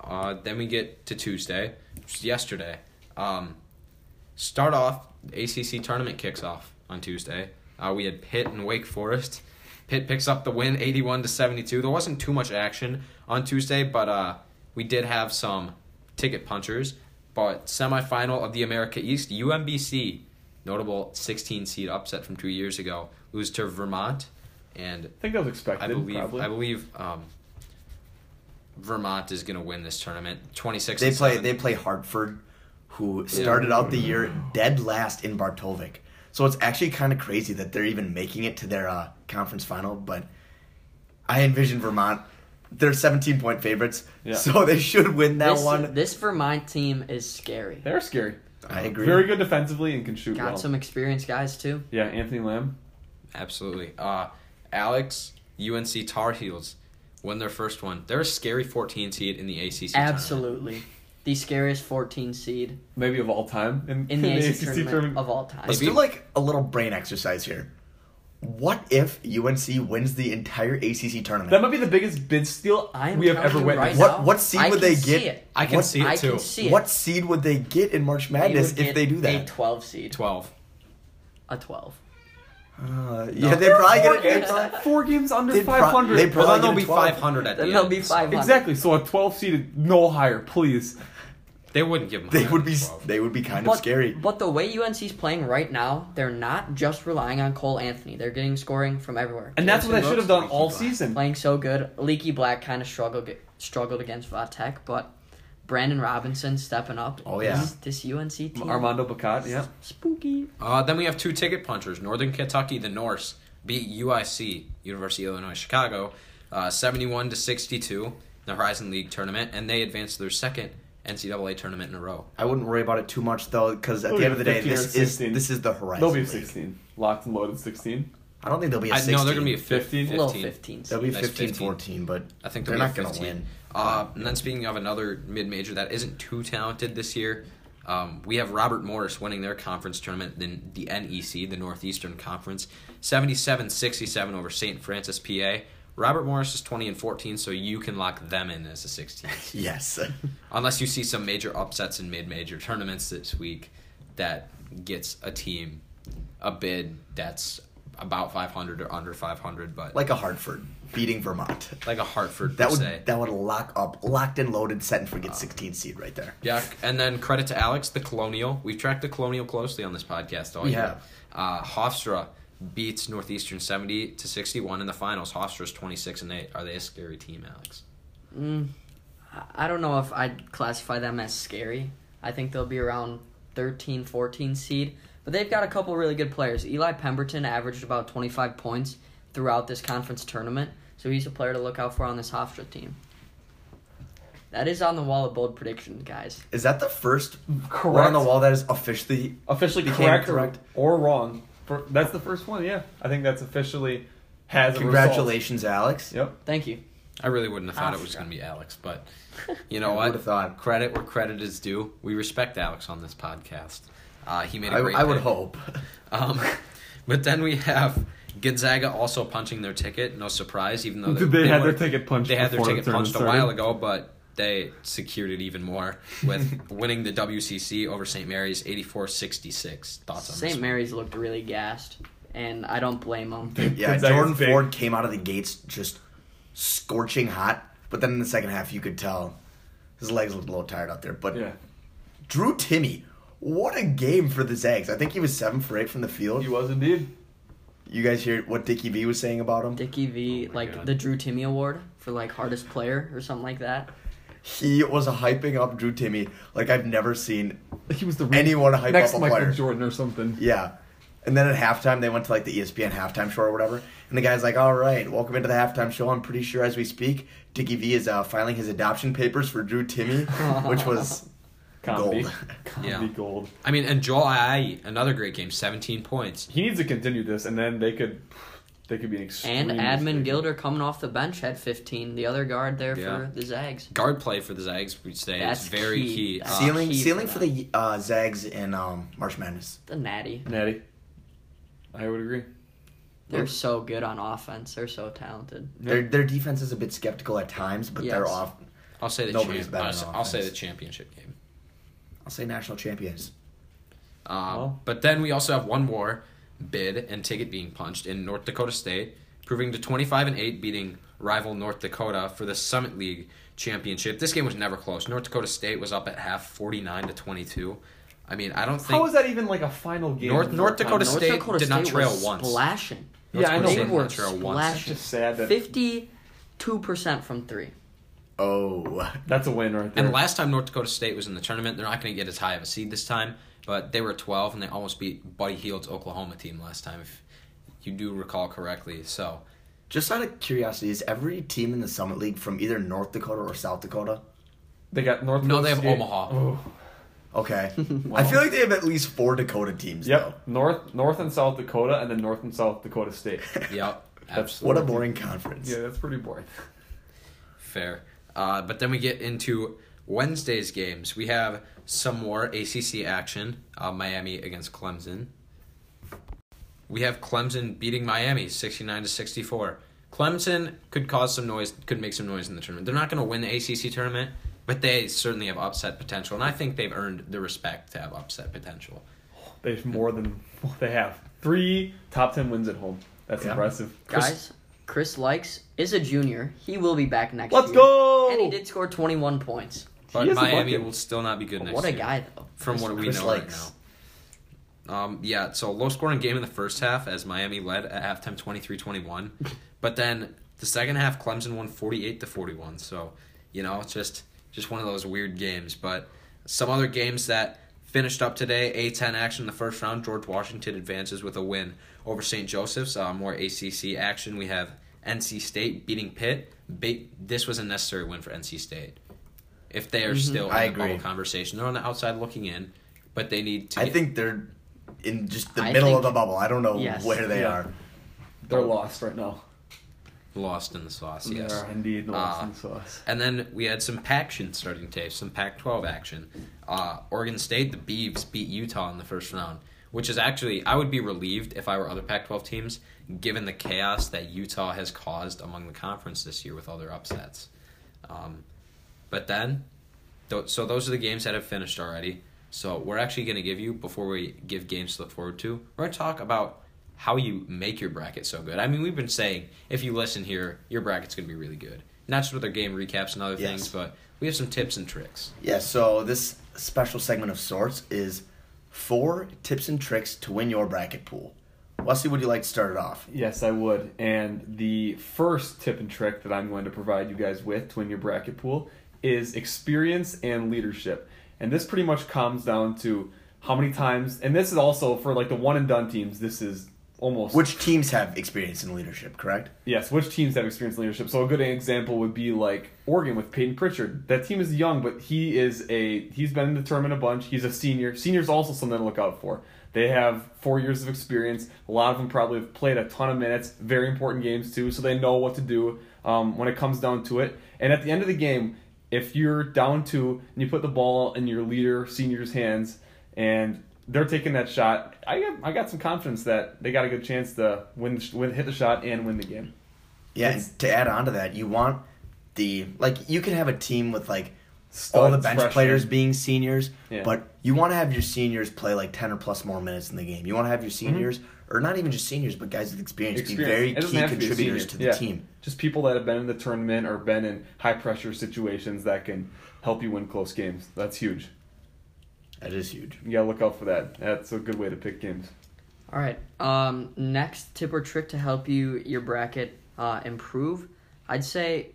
S3: Uh, then we get to Tuesday, which is yesterday. Um, start off, the ACC tournament kicks off on Tuesday. Uh, we had Pitt and Wake Forest. Pitt picks up the win, eighty-one to seventy-two. There wasn't too much action on Tuesday, but uh, we did have some ticket punchers. But semifinal of the America East, UMBC, notable sixteen seed upset from two years ago, lose to Vermont, and
S2: I think that was expected.
S3: I believe
S2: Probably.
S3: I believe um, Vermont is going to win this tournament. Twenty
S1: *laughs*
S3: six.
S1: They play they play Hartford, who started out the year dead last in Bartovic. So it's actually kind of crazy that they're even making it to their uh, conference final. But I envision Vermont. They're 17 point favorites,
S2: Yeah.
S1: so *laughs* they should win that
S4: This,
S1: one.
S4: this Vermont team is scary.
S2: They're scary.
S1: I agree.
S2: Very good defensively and can shoot
S4: Got
S2: well.
S4: some experienced guys too.
S2: yeah, Anthony Lamb.
S3: Absolutely. Uh, Alex, UNC Tar Heels win their first one. They're a scary fourteen seed in the ACC. tournament.
S4: Absolutely. The scariest 14 seed
S2: Maybe of all time in,
S4: in *laughs* the ACC tournament, of all time.
S1: Let's
S3: Maybe-
S1: do like a little brain exercise here. What if UNC wins the entire ACC tournament?
S2: That might be the biggest bid steal
S4: I am
S2: we have
S4: telling
S2: ever
S4: you
S2: witnessed.
S4: right
S1: What-
S4: now,
S1: what seed
S4: I
S1: would
S4: can
S1: they
S4: see
S1: get?
S4: it.
S3: I can
S1: What-
S3: see it
S4: I
S3: too.
S4: can see it.
S1: what seed would they get in March
S4: They would
S1: Madness if
S4: get
S1: they do
S4: A
S1: that?
S4: 12 seed.
S3: Twelve.
S4: A 12.
S1: Uh, yeah, they probably
S2: Four
S1: get it.
S2: games,
S1: they probably-
S2: four games under
S1: They pro-
S2: 500.
S1: they pro-
S3: Well,
S1: Probably
S3: then they'll
S1: get a
S3: be
S1: 12.
S3: five hundred at the
S4: Then
S3: end.
S4: they'll be
S3: so
S4: 500.
S2: exactly. So a 12 seeded, no higher, please.
S3: They wouldn't give them.
S1: *laughs* They
S3: higher
S1: would
S3: than
S1: be
S3: 12.
S1: they would be kind
S4: But,
S1: of scary.
S4: but the way UNC's playing right now, they're not just relying on Cole Anthony. They're getting scoring from everywhere.
S2: And that's what
S4: Jackson
S2: they should have
S4: Brooks
S2: done all
S3: Leaky Black.
S2: season.
S4: Playing so good. Leaky Black kind of struggled struggled against Va Tech, but Brandon Robinson stepping up.
S1: Oh, yeah.
S4: This, this UNC team.
S2: Armando Bacot, yeah.
S4: Spooky.
S3: Uh, then we have two ticket punchers. Northern Kentucky, the Norse, beat UIC, University of Illinois Chicago, uh, 71 to 62 in the Horizon League tournament, and they advanced to their second NCAA tournament in a row.
S1: I wouldn't worry about it too much though, because at
S2: They'll
S1: the end of the
S2: be
S1: day,
S2: 15 or
S1: this is
S2: 16.
S1: this is the horizon.
S2: They'll be
S1: League.
S2: 16. Locked and loaded 16.
S1: I don't think they'll be a
S3: I,
S1: sixteen.
S3: no, they're going to be a fif-
S2: 15?
S3: 15.
S4: Little 15
S1: they'll be
S3: Nice
S1: 15,
S3: 15.
S1: 14, but
S3: I think
S1: they're
S3: they'll
S1: not
S3: be a
S1: going to
S3: 15.
S1: win.
S3: Uh, and then speaking of another mid-major that isn't too talented this year, um, we have Robert Morris winning their conference tournament, then the NEC, the Northeastern Conference, 77-67 over St. Francis, PA. Robert Morris is 20 and 14, so you can lock them in as a 16. *laughs*
S1: Yes, *laughs*
S3: unless you see some major upsets in mid-major tournaments this week that gets a team a bid that's about 500 or under 500, but like,
S1: Like a Hartford beating Vermont.
S3: a Hartford
S1: That
S3: per
S1: would
S3: se.
S1: that would lock up, locked and loaded, set and forget 16 seed right there.
S3: Yeah, and then credit to Alex, the Colonial. We've tracked the Colonial closely on this podcast all
S1: We
S3: year.
S1: have.
S3: Uh, Hofstra beats Northeastern 70 to 61 in the finals. Hofstra's 26 and 8. Are they a scary team, Alex?
S4: Mm, I- I don't know if I'd classify them as scary. I think they'll be around 13, 14 seed. But they've got a couple really good players. Eli Pemberton averaged about 25 points throughout this conference tournament, so he's a player to look out for on this Hofstra team. That is on the wall of bold predictions, guys.
S1: Is that the first one
S2: Correct.
S1: on the wall that is officially
S2: officially
S1: Became
S2: correct,
S1: correct.
S2: Or, or wrong. For- that's the first one. Yeah, I think that's officially has. a result.
S1: Congratulations, Alex.
S2: Yep.
S4: Thank you.
S3: I really wouldn't have thought it was
S4: Hofstra.
S3: going to be Alex, but you know
S1: I
S3: what?
S1: would've thought.
S3: Credit where credit is due. We respect Alex on this podcast. Uh, he made a
S1: I,
S3: great
S1: I would
S3: pick.
S1: hope. *laughs*
S3: Um, *laughs* but then we have Gonzaga also punching their ticket. No surprise, even
S1: *laughs*
S3: though
S2: They had their
S3: were-
S2: ticket punched
S3: They had their
S2: before the
S3: ticket punched a
S2: tournament
S3: while ago, but they secured it even more with winning the WCC over St. Mary's 84-66. Thoughts on this?
S4: St. Mary's looked really gassed, and I don't blame them.
S1: Yeah,
S2: Gonzaga's
S1: Jordan
S2: big.
S1: Ford came out of the gates just scorching hot, but then in the second half you could tell his legs looked a little tired out there. But
S2: Yeah.
S1: Drew Timmy, what a game for the Zags. I think he was seven for eight from the field.
S2: He was indeed.
S1: You guys hear what Dickie V was saying about him?
S4: Dickie V,
S3: Oh my
S4: like
S3: God.
S4: the Drew Timmy Award for like hardest player or something like that.
S1: He was hyping up Drew Timmy like I've never seen
S2: He was the
S1: anyone hype
S2: next
S1: up a
S2: Michael
S1: player.
S2: Jordan or something.
S1: Yeah. And then at halftime, they went to like the E ESPN halftime show or whatever. And the guy's like, all right, welcome into the halftime show. I'm pretty sure as we speak, Dickie V is uh, filing his adoption papers for Drew Timmy, which was
S2: Comedy.
S1: Gold.
S2: Comedy
S3: Yeah.
S2: gold.
S3: I mean, and Joel Ayayi, another great game, 17 points.
S2: He needs to continue this, and then they could, they could be an
S4: And
S2: extreme.
S4: Admin
S2: mistake.
S4: Gilder coming off the bench had 15. The other guard there
S3: Yeah.
S4: for the Zags.
S3: Guard play for the Zags, we'd say, is
S4: That's
S3: very key.
S4: key.
S3: Uh,
S4: That's
S1: ceiling
S4: key for
S1: ceiling for,
S4: them.
S1: the uh, Zags and um, March Madness.
S4: The Natty.
S2: Natty. I would agree.
S4: They're so good on offense. They're so talented.
S1: Their, their defense is a bit skeptical at times, but they're
S4: Yes.
S1: off.
S3: I'll say the
S1: Nobody's
S3: champ-
S1: better
S3: I'll,
S1: than
S3: say- I'll say the
S1: offense.
S3: championship game.
S1: I'll say national champions.
S3: Um,
S2: Well-
S3: but then we also have one more bid and ticket being punched in North Dakota State, proving to 25 and 8, beating rival North Dakota for the Summit League championship. This game was never close. North Dakota State was up at half 49 to 22. I mean, I don't think
S2: How is that even like a final game?
S3: North-
S2: for
S3: North
S2: a
S3: Dakota
S2: final-
S3: State did not trail
S4: was
S3: once.
S4: Splashing.
S3: North
S2: Yeah, I
S3: Dakota
S2: know.
S4: They
S3: State did
S4: were
S3: not trail once.
S2: It's just sad that
S4: 52% from three.
S1: Oh.
S2: that's a win right there.
S3: And last time North Dakota State was in the tournament, they're not going to get as high of a seed this time, but they were 12 and they almost beat Buddy Heald's Oklahoma team last time, if you do recall correctly. So,
S1: Just out of curiosity, is every team in the Summit League from either North Dakota or South Dakota?
S2: they got North. Dakota
S3: No, they have
S2: State.
S3: Omaha.
S2: Oh.
S1: Okay. I feel like they have at least four Dakota teams,
S2: Yep,
S1: though.
S2: North North and South Dakota, and then North and South Dakota State.
S3: yep.
S2: That's-
S1: What a boring conference.
S2: yeah, that's pretty boring.
S3: Fair. Uh, but then we get into Wednesday's games. We have some more ACC action uh, Miami against Clemson. We have Clemson beating Miami 69 to 64. Clemson could cause some noise, could make some noise in the tournament. They're not going to win the ACC tournament, but they certainly have upset potential, and I think they've earned the respect to have upset potential.
S2: They've more than *laughs* they have three top ten wins at home. That's
S1: Yeah.
S2: impressive.
S4: Guys, Chris Likes is a junior. He will be back next
S2: Let's
S4: year.
S2: go!
S4: And he did score 21 points.
S3: But
S2: is a
S3: Miami
S2: bucket.
S3: will still not be good next
S4: what a
S3: year.
S4: guy, though.
S3: from what we
S1: Chris
S3: know
S1: Likes.
S3: right now. Um, yeah, so low scoring game in the first half as Miami led at halftime 23 21. But then the second half, Clemson won 48 to 41. So, you know, it's just, just one of those weird games. But some other games that finished up today A 10 action in the first round. George Washington advances with a win over St. Joseph's. Uh, more ACC action. We have NC State beating Pitt. Ba- this was a necessary win for NC State. If they are still in
S1: Mm-hmm. I
S3: the bubble
S1: agree.
S3: conversation, they're on the outside looking in, but they need to.
S1: I
S3: get-
S1: think they're in just the
S4: I
S1: middle
S4: think-
S1: of the bubble. I don't know
S4: Yes.
S1: where they
S2: Yeah.
S1: are.
S2: They're lost right now.
S3: lost in the sauce. Yes.
S2: They are indeed lost in sauce.
S3: And then we had some Paction starting today, some Pac-12 action. Uh, Oregon State, the Beavs beat Utah in the first round, which is actually I would be relieved if I were other Pac-12 teams, given the chaos that Utah has caused among the conference this year with all their upsets. Um, but then, th- so those are the games that have finished already. So we're actually going to give you before we give games to look forward to. We're going to talk about how you make your bracket so good. I mean, we've been saying if you listen here, your bracket's going to be really good. Not just with our game recaps and other
S1: Yes.
S3: things, but we have some tips and tricks.
S1: Yeah, so this special segment of sorts is four tips and tricks to win your bracket pool. Wesley, would you like to start it off?
S2: Yes, I would. And the first tip and trick that I'm going to provide you guys with to win your bracket pool is experience and leadership. And this pretty much comes down to how many times, and this is also for like the one and done teams, this is almost.
S1: Which teams have experience in leadership, correct?
S2: Yes, which teams have experience in leadership? So a good example would be like Oregon with Peyton Pritchard. That team is young, but he is a he's been in the tournament a bunch. He's a senior. Seniors also something to look out for. They have four years of experience. A lot of them probably have played a ton of minutes, very important games too, so they know what to do um, when it comes down to it. And at the end of the game, if you're down two and you put the ball in your leader senior's hands and they're taking that shot, I got, I got some confidence that they got a good chance to win, the sh- win hit the shot and win the game.
S1: Yeah,
S2: It's-
S1: and to add on to that, you want the like you can have a team with like all the
S2: Studs,
S1: bench
S2: freshmen.
S1: players being seniors,
S2: Yeah.
S1: but you want to have your seniors play like ten or plus more minutes in the game. You want to have your seniors, or not even just seniors, but guys with experience,
S2: Mm-hmm. Experience. It
S1: be very
S2: doesn't
S1: key
S2: have to be a
S1: contributors
S2: senior.
S1: to the
S2: Yeah.
S1: team.
S2: Just people that have been in the tournament or been in high pressure situations that can help you win close games. That's huge.
S1: That is huge.
S2: You gotta look out for that. That's a good way to pick games.
S4: All right. Um, next tip or trick to help you your bracket uh, improve, I'd say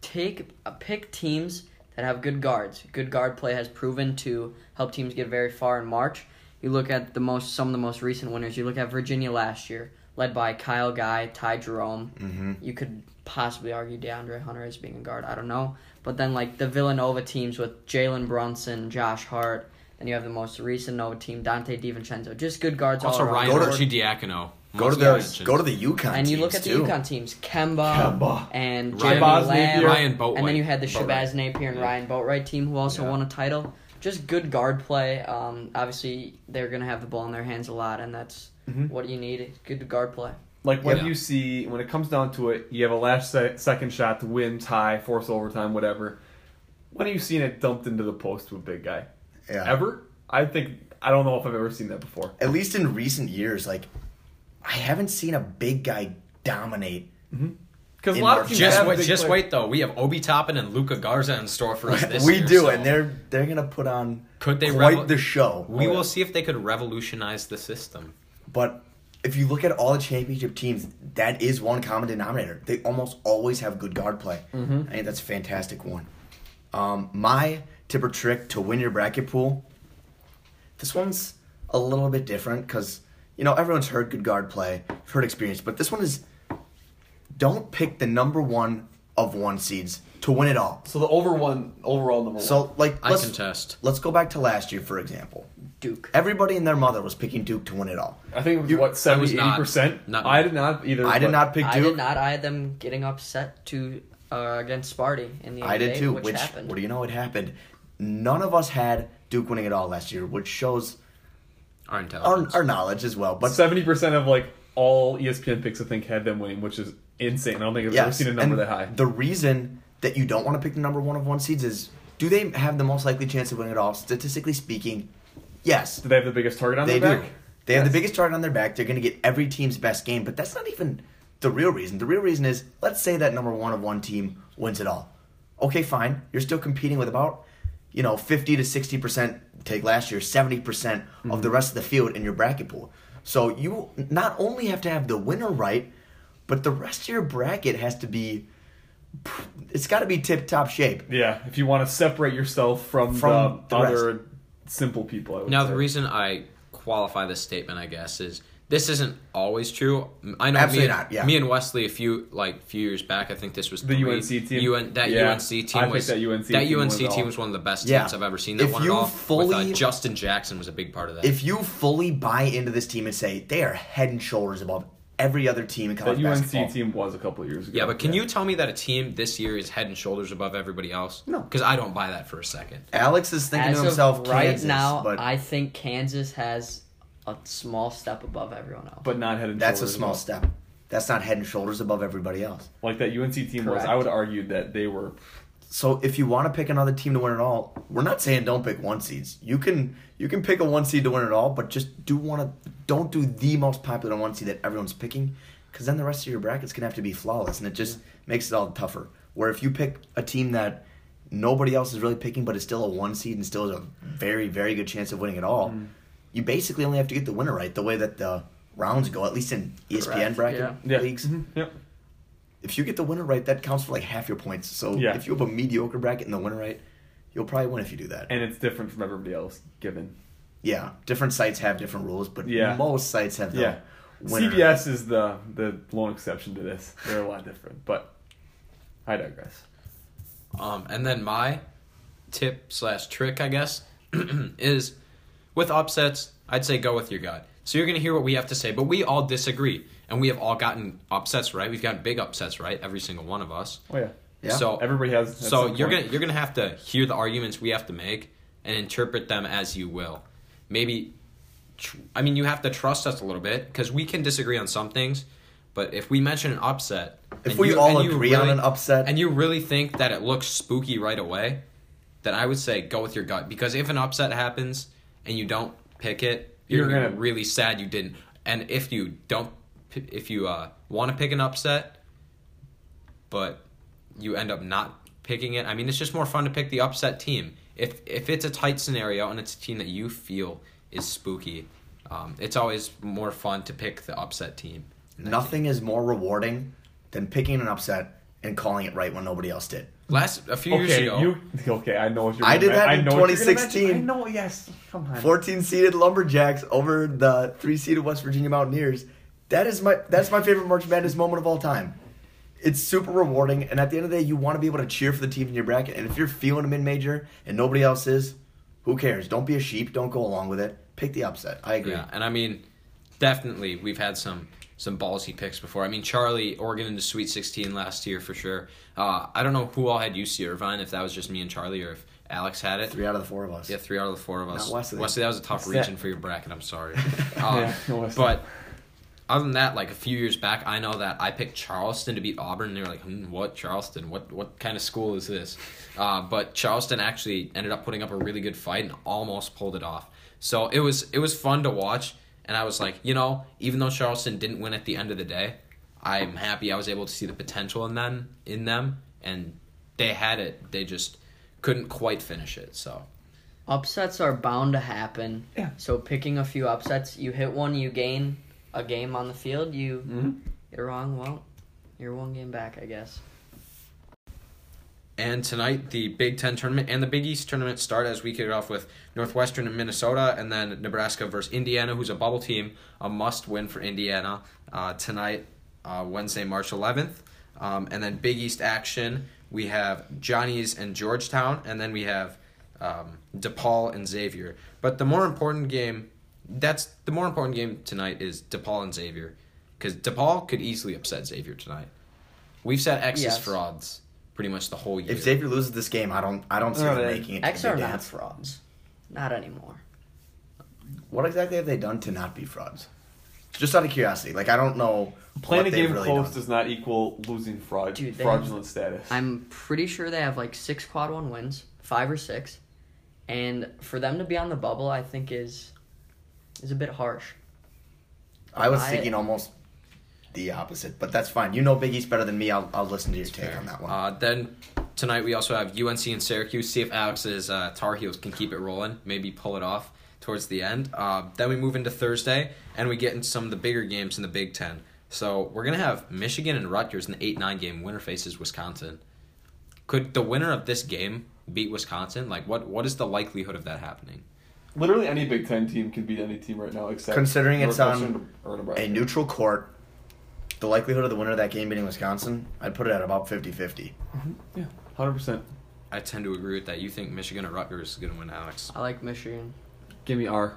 S4: take uh, pick teams that have good guards. Good guard play has proven to help teams get very far in March. You look at the most some of the most recent winners. You look at Virginia last year, led by Kyle Guy, Ty Jerome. Mm-hmm. You could possibly argue DeAndre Hunter as being a guard. I don't know, but then like the Villanova teams with Jalen Brunson, Josh Hart. Then you have the most recent Nova team, Dante DiVincenzo. Just good guards all
S3: Also,
S4: around.
S3: Ryan
S1: Go to-
S3: Archidiakono.
S1: Go to
S3: must be
S1: the
S3: mentioned.
S1: go to the UConn
S4: And you look
S1: teams,
S4: at the
S1: too.
S4: UConn teams, Kemba,
S2: Kemba.
S4: and
S3: Ryan
S4: Jeremy
S2: Bosniak
S4: Lamb,
S2: here.
S3: Ryan Boatwright.
S4: and then you had the
S3: Boatwright.
S4: Shabazz Napier and
S3: Yeah.
S4: Ryan Boatwright team, who also
S2: Yeah.
S4: won a title. Just good guard play. Um, obviously, they're gonna have the ball in their hands a lot, and that's
S2: Mhm.
S4: what you need. Good guard play.
S2: Like when
S3: Yeah.
S2: you see when it comes down to it, you have a last se- second shot to win, tie, force overtime, whatever. When have you seen it dumped into the post to a big guy?
S1: Yeah.
S2: Ever? I think I don't know if I've ever seen that before.
S1: at least in recent years, like I haven't seen a big guy dominate.
S2: Because a
S1: In
S2: lot
S1: March.
S2: of teams
S3: Just
S2: have
S3: wait,
S2: big
S3: just
S2: players.
S3: wait though. We have Obi Toppin and Luca Garza in store for us
S1: *laughs*
S3: this
S1: we
S3: year,
S1: do,
S3: so
S1: and they're they're gonna put on
S3: Could they
S1: quite
S3: revel-
S1: the show.
S3: We
S1: Oh, yeah.
S3: will see if they could revolutionize the system.
S1: But if you look at all the championship teams, that is one common denominator. They almost always have good guard play. I think that's a fantastic one. Um, my tip or trick to win your bracket pool. This one's a little bit different because you know everyone's heard good guard play, you've heard experience, but this one is don't pick the number one of one seeds to win it all.
S2: So the over one overall number one.
S1: So like
S3: I
S1: let's-
S3: contest.
S1: Let's go back to last year, for example.
S4: Duke.
S1: Everybody and their mother was picking Duke to win it all.
S2: I think it was
S1: You-
S2: what
S3: was
S2: 70
S3: not-
S2: 80%.
S3: not-
S2: I did not either.
S1: I did
S2: but-
S1: not pick Duke.
S4: I did not. I had them getting upset to uh, against Sparty in the
S1: I did
S4: NBA,
S1: too.
S4: which,
S1: Which,
S4: happened.
S1: what do you know? It happened. None of us had Duke winning it all last year, which shows
S3: Our
S1: our,
S3: intelligence.
S1: our knowledge as well. But
S2: Seventy percent of like all E ESPN picks, I think, had them winning, which is insane. I don't think I've ever
S1: yes,
S2: seen a number
S1: and
S2: that high.
S1: The reason that you don't want to pick the number one of one seeds is do they have the most likely chance of winning it all? Statistically speaking, yes,
S2: Do they have the biggest target on
S1: they
S2: their
S1: do.
S2: back?
S1: They have the biggest target on their back. They're going to get every team's best game, but that's not even the real reason. The real reason is let's say that number one of one team wins it all. Okay, fine. You're still competing with about you know 50 to 60 percent. Take last year, 70 percent of
S2: Mm-hmm.
S1: the rest of the field in your bracket pool. So you not only have to have the winner right, but the rest of your bracket has to be. It's got to be tip top shape.
S2: Yeah, if you want to separate yourself from,
S1: From
S2: the,
S1: the rest.
S2: other simple people. I would
S3: Now,
S2: say.
S3: the reason I qualify this statement, I guess, is this isn't always true. I know
S1: Absolutely
S3: me, and-
S1: not, yeah.
S3: me and Wesley a few like few years back. I think this was
S2: The
S3: three,
S2: UNC team?
S3: UN, that
S2: Yeah.
S3: UNC team
S2: I think
S3: was
S2: that UNC
S3: that
S2: team
S3: UNC
S2: won it
S3: team
S2: all.
S3: was one of the best
S1: Yeah.
S3: teams I've ever seen. That
S1: If
S3: won it
S1: you
S3: all. with,
S1: fully-
S3: uh, Justin Jackson was a big part of that.
S1: If you fully buy into this team and say they are head and shoulders above every other team in college
S2: that UNC
S1: basketball,
S2: team was a couple of years ago.
S3: yeah, but can you tell me that a team this year is head and shoulders above everybody else?
S2: No.
S3: because I don't buy that for a second.
S1: Alex is thinking
S4: As
S1: to himself,
S4: of right
S1: Kansas,
S4: now,
S1: but
S4: I think Kansas has a small step above everyone else.
S2: But not head and
S1: that's a
S2: shoulders
S1: small
S2: above.
S1: step. That's not head and shoulders above everybody else.
S2: Like that UNC team was.
S4: Correct.
S2: I would argue that they were
S1: So if you want to pick another team to win it all, we're not saying don't pick one seeds. You can you can pick a one seed to win it all, but just do one of don't do the most popular one seed that everyone's picking, because then the rest of your bracket's gonna have to be flawless, and it just makes it all tougher. Where if you pick a team that nobody else is really picking, but it's still a one seed and still has a very very good chance of winning it all, you basically only have to get the winner right. The way that the rounds go, at least in E ESPN
S4: Correct,
S1: bracket
S4: yeah.
S2: Yeah.
S1: leagues Mm-hmm.
S2: Mhm, Yep.
S1: if you get the winner right, that counts for like half your points. So
S2: Yeah.
S1: if you have a mediocre bracket and the winner right, you'll probably win if you do that.
S2: And it's different from everybody else given.
S1: yeah, different sites have different rules, but
S2: Yeah.
S1: most sites have the
S2: Yeah.
S1: winner.
S2: CBS is the the lone exception to this. They're a lot different, but I digress.
S3: Um, and then my tip slash trick, I guess, *clears throat* is with upsets, I'd say go with your gut. So you're going to hear what we have to say, but we all disagree. And we have all gotten upsets right. We've gotten big upsets right, every single one of us.
S2: Oh yeah.
S1: Yeah.
S3: So
S2: Everybody has at
S3: so
S2: some
S3: you're
S2: point.
S3: gonna you're gonna have to hear the arguments we have to make and interpret them as you will. Maybe, tr- I mean, you have to trust us a little bit because we can disagree on some things, but if we mention an upset,
S1: If
S3: and
S1: we
S3: you-
S1: all
S3: and you
S1: agree on an upset-
S3: and you really think that it looks spooky right away, then I would say go with your gut because if an upset happens and you don't pick it, you're,
S2: You're
S3: gonna
S2: gonna-
S3: really sad you didn't. And if you don't, p- if you uh, want to pick an upset, but you end up not picking it. I mean, it's just more fun to pick the upset team. If if it's a tight scenario and it's a team that you feel is spooky, um, it's always more fun to pick the upset team.
S1: Nothing is more rewarding than picking an upset and calling it right when nobody else did.
S3: Last a few years
S2: okay,
S3: ago,
S2: you okay? I know what you're.
S1: I did
S2: gonna-
S1: that
S2: I
S1: in
S2: know what you're gonna
S1: 2016.
S2: mention. I know. Yes. Come on.
S1: 14 seeded Lumberjacks over the 3 seeded West Virginia Mountaineers. That is my that's my favorite March Madness moment of all time. It's super rewarding and at the end of the day you want to be able to cheer for the team in your bracket and if you're feeling a mid-major and nobody else is, who cares? Don't be a sheep, don't go along with it. Pick the upset. I agree.
S3: yeah, and I mean, definitely we've had some some ballsy picks before. I mean, Charlie Oregon into Sweet 16 last year for sure. Uh, I don't know who all had UC Irvine, if that was just me and Charlie or if Alex had it.
S1: Three out of the four of us.
S3: Yeah, three out of the four of us.
S1: Not Wesley.
S3: Wesley, that was a tough
S2: What's that?
S3: region for your bracket. I'm sorry.
S2: Yeah,
S3: Um,
S2: no, Wesley.
S3: but other than that, like a few years back, I know that I picked Charleston to beat Auburn, and they were like, hmm, "What Charleston? What what kind of school is this?" Uh, but Charleston actually ended up putting up a really good fight and almost pulled it off. So it was it was fun to watch, and I was like, you know, even though Charleston didn't win at the end of the day, I'm happy I was able to see the potential in them in them, and they had it. They just couldn't quite finish it. So.
S4: Upsets are bound to happen.
S2: Yeah.
S4: So picking a few upsets, you hit one, you gain a game on the field. You you're wrong. Well, you're one game back, I guess.
S3: And tonight, the Big Ten tournament and the Big East tournament start as we kick it off with Northwestern and Minnesota, and then Nebraska versus Indiana, who's a bubble team, a must win for Indiana uh, tonight, uh, Wednesday, March 11th. Um, and then Big East action, we have Johnny's and Georgetown, and then we have um, DePaul and Xavier. But the more important game, that's the more important game tonight is DePaul and Xavier, because DePaul could easily upset Xavier tonight. We've set X's
S4: Yes.
S3: for odds pretty much the whole year.
S1: If Xavier loses this game, I don't I don't see
S2: Oh,
S1: them
S2: they-
S1: making it. to
S4: X
S1: the
S4: are
S1: big
S4: not
S1: dance.
S4: frauds. Not anymore.
S1: What exactly have they done to not be frauds? Just out of curiosity, like I don't know.
S2: Playing
S1: what
S2: a
S1: they've
S2: game
S1: really
S2: close
S1: done.
S2: does not equal losing fraud,
S4: Dude, they-
S2: fraudulent status.
S4: I'm pretty sure they have like six quad one wins, five or six, and for them to be on the bubble, I think is is a bit harsh.
S1: I was
S4: I-
S1: thinking almost the opposite, but that's fine. You know Big East better than me. I'll, I'll listen to your take on that one.
S3: Uh, then tonight we also have UNC and Syracuse. See if Alex's uh, Tar Heels can keep it rolling. Maybe pull it off towards the end. Uh, then we move into Thursday and we get into some of the bigger games in the Big Ten. So we're gonna have Michigan and Rutgers in the eight nine game. Winner faces Wisconsin. Could the winner of this game beat Wisconsin? Like what? What is the likelihood of that happening?
S2: Literally any Big Ten team can beat any team right now, except
S1: Considering it's
S2: Northwestern
S1: on
S2: or Nebraska.
S1: a neutral court, the likelihood of the winner of that game beating Wisconsin, I'd put it at about 50-50.
S2: Yeah, hundred percent.
S3: I tend to agree with that. You think Michigan or Rutgers is gonna win, Alex?
S4: I like Michigan.
S2: Give me R.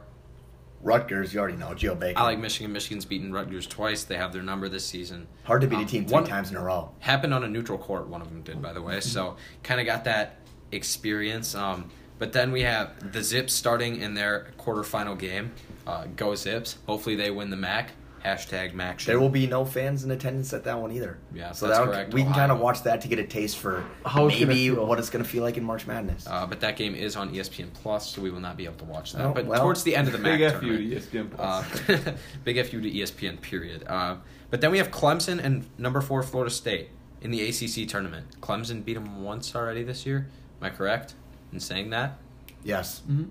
S1: Rutgers, you already know, Geo Baker.
S3: I like Michigan. Michigan's beaten Rutgers twice. They have their number this season.
S1: Hard to beat a
S3: Um,
S1: team three
S3: one-
S1: times in a row.
S3: happened on a neutral court. One of them did, by the way. So kind of got that experience. Um, but then we have the Zips starting in their quarterfinal game. Uh, go Zips! Hopefully they win the MAC. Hashtag Mac.
S1: There will be no fans in attendance at that one either.
S3: Yeah,
S1: so
S3: that's
S1: that'll-
S3: correct,
S1: we can kind of
S3: Ohio.
S1: watch that to get a taste for
S2: How it's gonna
S1: maybe
S2: feel.
S1: what it's going to feel like in March Madness.
S3: Uh, but that game is on ESPN Plus, so we will not be able to watch that.
S1: Oh,
S3: but
S1: well.
S3: towards the end of the MAC
S2: Big F you
S3: tournament,
S2: to E ESPN
S3: Uh, *laughs*
S2: Plus.
S3: big F you to E ESPN, period. Uh, but then we have Clemson and number four Florida State in the ACC tournament. Clemson beat them once already this year. Am I correct in saying that?
S1: yes.
S3: Mm-hmm.
S2: Mhm.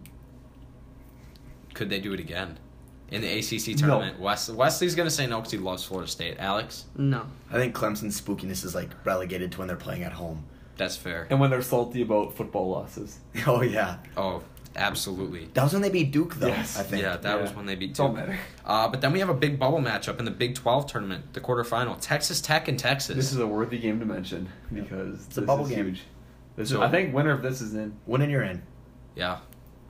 S3: Could they do it again in the ACC
S2: No.
S3: tournament? Wes- Wesley's going to say no because he loves Florida State. Alex,
S4: No.
S1: I think Clemson's spookiness is like relegated to when they're playing at home. *laughs*
S3: that's fair.
S2: And when they're salty about football losses.
S1: Oh, yeah.
S3: Oh, absolutely.
S1: That was when they beat Duke, though,
S2: Yes.
S1: I think.
S3: Yeah, that
S2: Yeah.
S3: was when they beat
S2: Don't
S3: Duke.
S2: matter.
S3: Uh, but then we have a big bubble matchup in the Big 12 tournament, the quarterfinal. Texas Tech and Texas.
S2: This is a worthy game to mention because
S1: It's a
S2: this
S1: bubble
S2: is
S1: game.
S2: huge. This
S3: So-
S2: is, I think winner of this is in.
S1: Winning, you're in.
S3: yeah.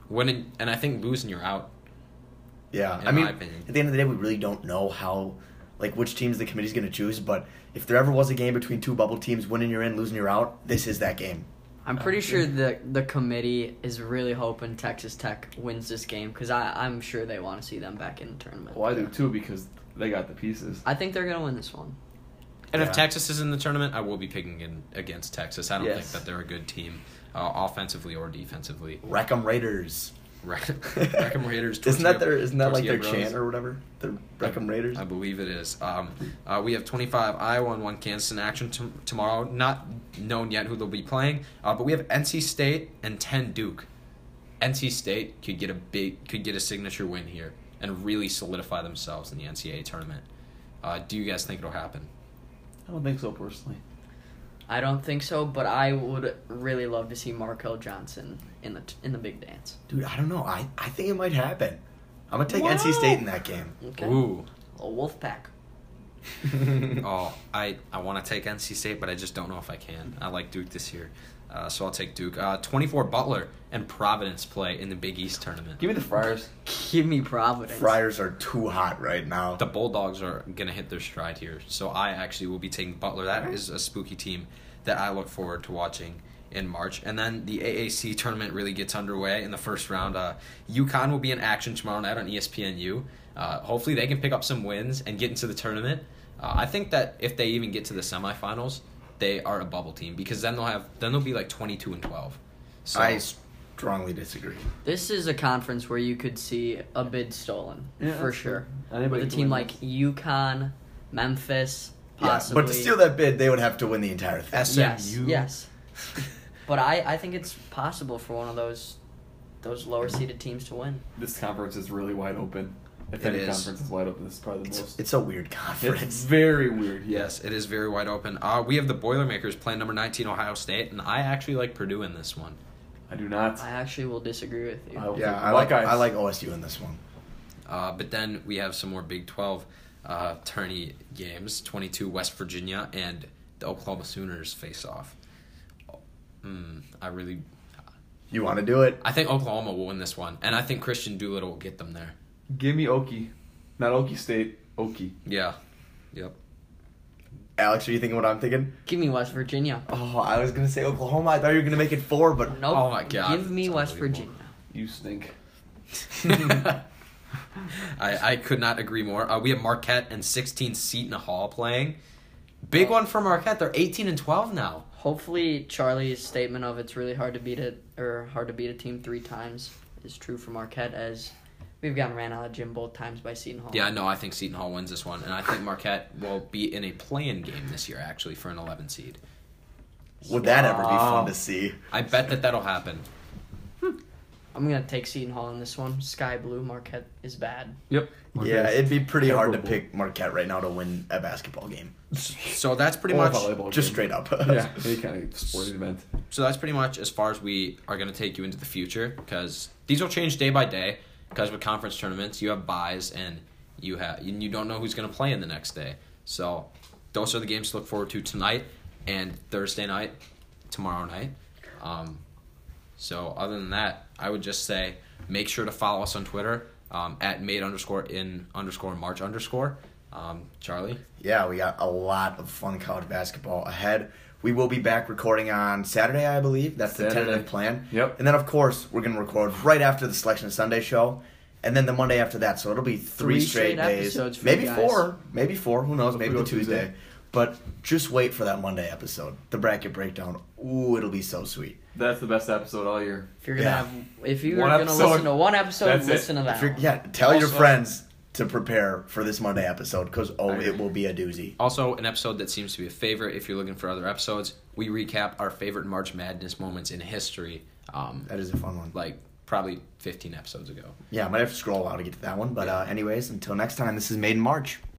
S3: Winning, and I think losing, you're out.
S1: Yeah,
S3: in
S1: I mean,
S3: my opinion.
S1: at the end of the day, we really don't know how, like, which teams the committee's going to choose. But if there ever was a game between two bubble teams, winning you're in, losing you're out, this is that game.
S4: I'm pretty sure the the committee is really hoping Texas Tech wins this game because I'm sure they want to see them back in the tournament.
S2: Well, I do too because they got the pieces.
S4: I think they're gonna win this one.
S3: And
S1: Yeah.
S3: if Texas is in the tournament, I will be picking in against Texas. I don't
S2: Yes.
S3: think that they're a good team, uh, offensively or defensively.
S1: Rackham
S3: *laughs*
S1: Raiders.
S3: Rackham
S1: *laughs*
S3: Raiders.
S1: Isn't
S3: Tortilla-
S1: that their? Isn't that like
S3: Tortilla
S1: their
S3: Bros.
S1: chant or whatever? The Rackham Raiders.
S3: I believe it is. Um, uh, we have 25 Iowa and one Kansas in action t- tomorrow. Not known yet who they'll be playing, uh, but we have NC State and 10 Duke. NC State could get a big, could get a signature win here and really solidify themselves in the NCAA tournament. Uh, do you guys think it'll happen?
S2: I don't think so personally.
S4: I don't think so, but I would really love to see Marco Johnson in the in the big dance.
S1: Dude, I don't know. I, I think it might happen. I'm gonna take NC
S2: Wow.
S1: State in that game. *laughs*
S4: Okay.
S3: Ooh.
S4: A wolf pack.
S3: *laughs* Oh, I, I want to take NC State, but I just don't know if I can. I like Duke this year, uh, so I'll take Duke. Uh, 24 Butler and Providence play in the Big East tournament.
S2: Give me the Friars.
S4: Give me Providence.
S1: Friars are too hot right now.
S3: The Bulldogs are going to hit their stride here, so I actually will be taking Butler. That is a spooky team that I look forward to watching in March. And then the AAC tournament really gets underway in the first round. Uh, UConn will be in action tomorrow night on E ESPNU. Uh, hopefully, they can pick up some wins and get into the tournament. Uh, I think that if they even get to the semifinals, they are a bubble team because then they'll have then they'll be like twenty two and twelve. So
S1: I strongly disagree.
S4: This is a conference where you could see a bid stolen
S2: Yeah,
S4: for
S2: that's
S4: sure.
S2: true. Anybody
S4: With
S2: can
S4: a team
S2: win
S4: like UConn, Memphis,
S1: Yeah,
S4: possibly.
S1: but to steal that bid, they would have to win the entire thing.
S3: S-
S4: yes,
S3: SMU.
S4: yes. But I, I think it's possible for one of those those lower seeded teams to win.
S2: This conference is really wide open. If
S3: It
S2: any
S3: is.
S2: conference is wide open, this is probably the
S1: it's,
S2: most.
S1: it's a weird
S2: it's
S1: conference.
S2: very weird. Yes.
S3: Yes, it is very wide open. Uh, we have the Boilermakers playing number 19 Ohio State, and I actually like Purdue in this one.
S2: I do not.
S4: I actually will disagree with you.
S2: I
S1: *laughs*
S2: will
S1: Yeah,
S2: take
S1: I like
S2: Buckeyes.
S1: I like OSU in this one.
S3: Uh, but then we have some more Big 12 uh, tourney games 22 West Virginia and the Oklahoma Sooners face off. Mm, I really.
S1: You want to do it?
S3: I think Oklahoma will win this one, and I think Christian Doolittle will get them there.
S2: Give me Okie, not Okie State. Okie.
S3: Yeah. *laughs* Yep.
S1: Alex, are you thinking what I'm thinking?
S4: Give me West Virginia.
S1: Oh, I was gonna say Oklahoma. I thought you were gonna make it four, but
S4: Nope.
S3: Oh my God,
S4: Give me
S3: it's
S4: West Virginia.
S3: unbelievable.
S2: You stink.
S3: I, I could not agree more. Uh, we have Marquette and 16 Seton Hall playing. Big one for Marquette. They're 18 and 12 now.
S4: Hopefully Charlie's statement of it's really hard to beat it or hard to beat a team three times is true for Marquette as we've gotten ran out of gym both times by Seton Hall.
S3: Yeah, no, I think Seton Hall wins this one, and I think Marquette will be in a play-in game this year, actually, for an 11 seed.
S1: would that ever be
S2: Wow.
S1: fun to see?
S3: I bet that that'll happen.
S4: I'm gonna take Seton Hall in this one. Sky blue, Marquette is bad.
S2: Yep.
S1: Yeah, it'd be pretty hard to
S2: Terrible.
S1: pick Marquette right now to win a basketball game.
S3: So that's pretty
S2: Or a
S3: much.
S2: volleyball
S1: Just
S2: game.
S1: straight up. *laughs*
S2: Yeah, any kind of sporting event.
S3: So that's pretty much as far as we are going to take you into the future, because these will change day by day. Because with conference tournaments, you have buys and you have and you don't know who's going to play in the next day. So those are the games to look forward to tonight and Thursday night, tomorrow night. Um, So other than that, I would just say make sure to follow us on Twitter um, at made underscore in underscore March underscore. Um, Charlie,
S1: Yeah, we got a lot of fun college basketball ahead. We will be back recording on Saturday, I believe. That's the
S2: Saturday.
S1: tentative plan.
S2: Yep.
S1: And then, of course, we're going to record right after the Selection Sunday show. and then the Monday after that. So it'll be three,
S4: Three
S1: straight,
S4: straight
S1: days,
S4: episodes for you
S1: maybe
S4: guys.
S1: four, maybe four. Who knows? Maybe
S2: we
S1: the
S2: go Tuesday.
S1: Tuesday. But just wait for that Monday episode, the bracket breakdown. Ooh, it'll be so sweet.
S2: That's the best episode all year.
S4: If you're gonna
S1: Yeah.
S4: have, if you're
S2: One
S4: gonna
S2: episode.
S4: listen to one episode,
S2: That's it.
S4: listen to
S1: If
S4: that.
S1: you're-
S4: one.
S1: yeah, tell your
S3: Also-
S1: friends to prepare for this Monday episode because oh,
S3: I
S1: it will be a doozy.
S3: Also, an episode that seems to be a favorite if you're looking for other episodes, we recap our favorite March Madness moments in history, um,
S1: That is a fun one.
S3: like probably 15 episodes ago.
S1: Yeah, I might have to scroll a while to get to that one. But uh, anyways, until next time, this is Made in March.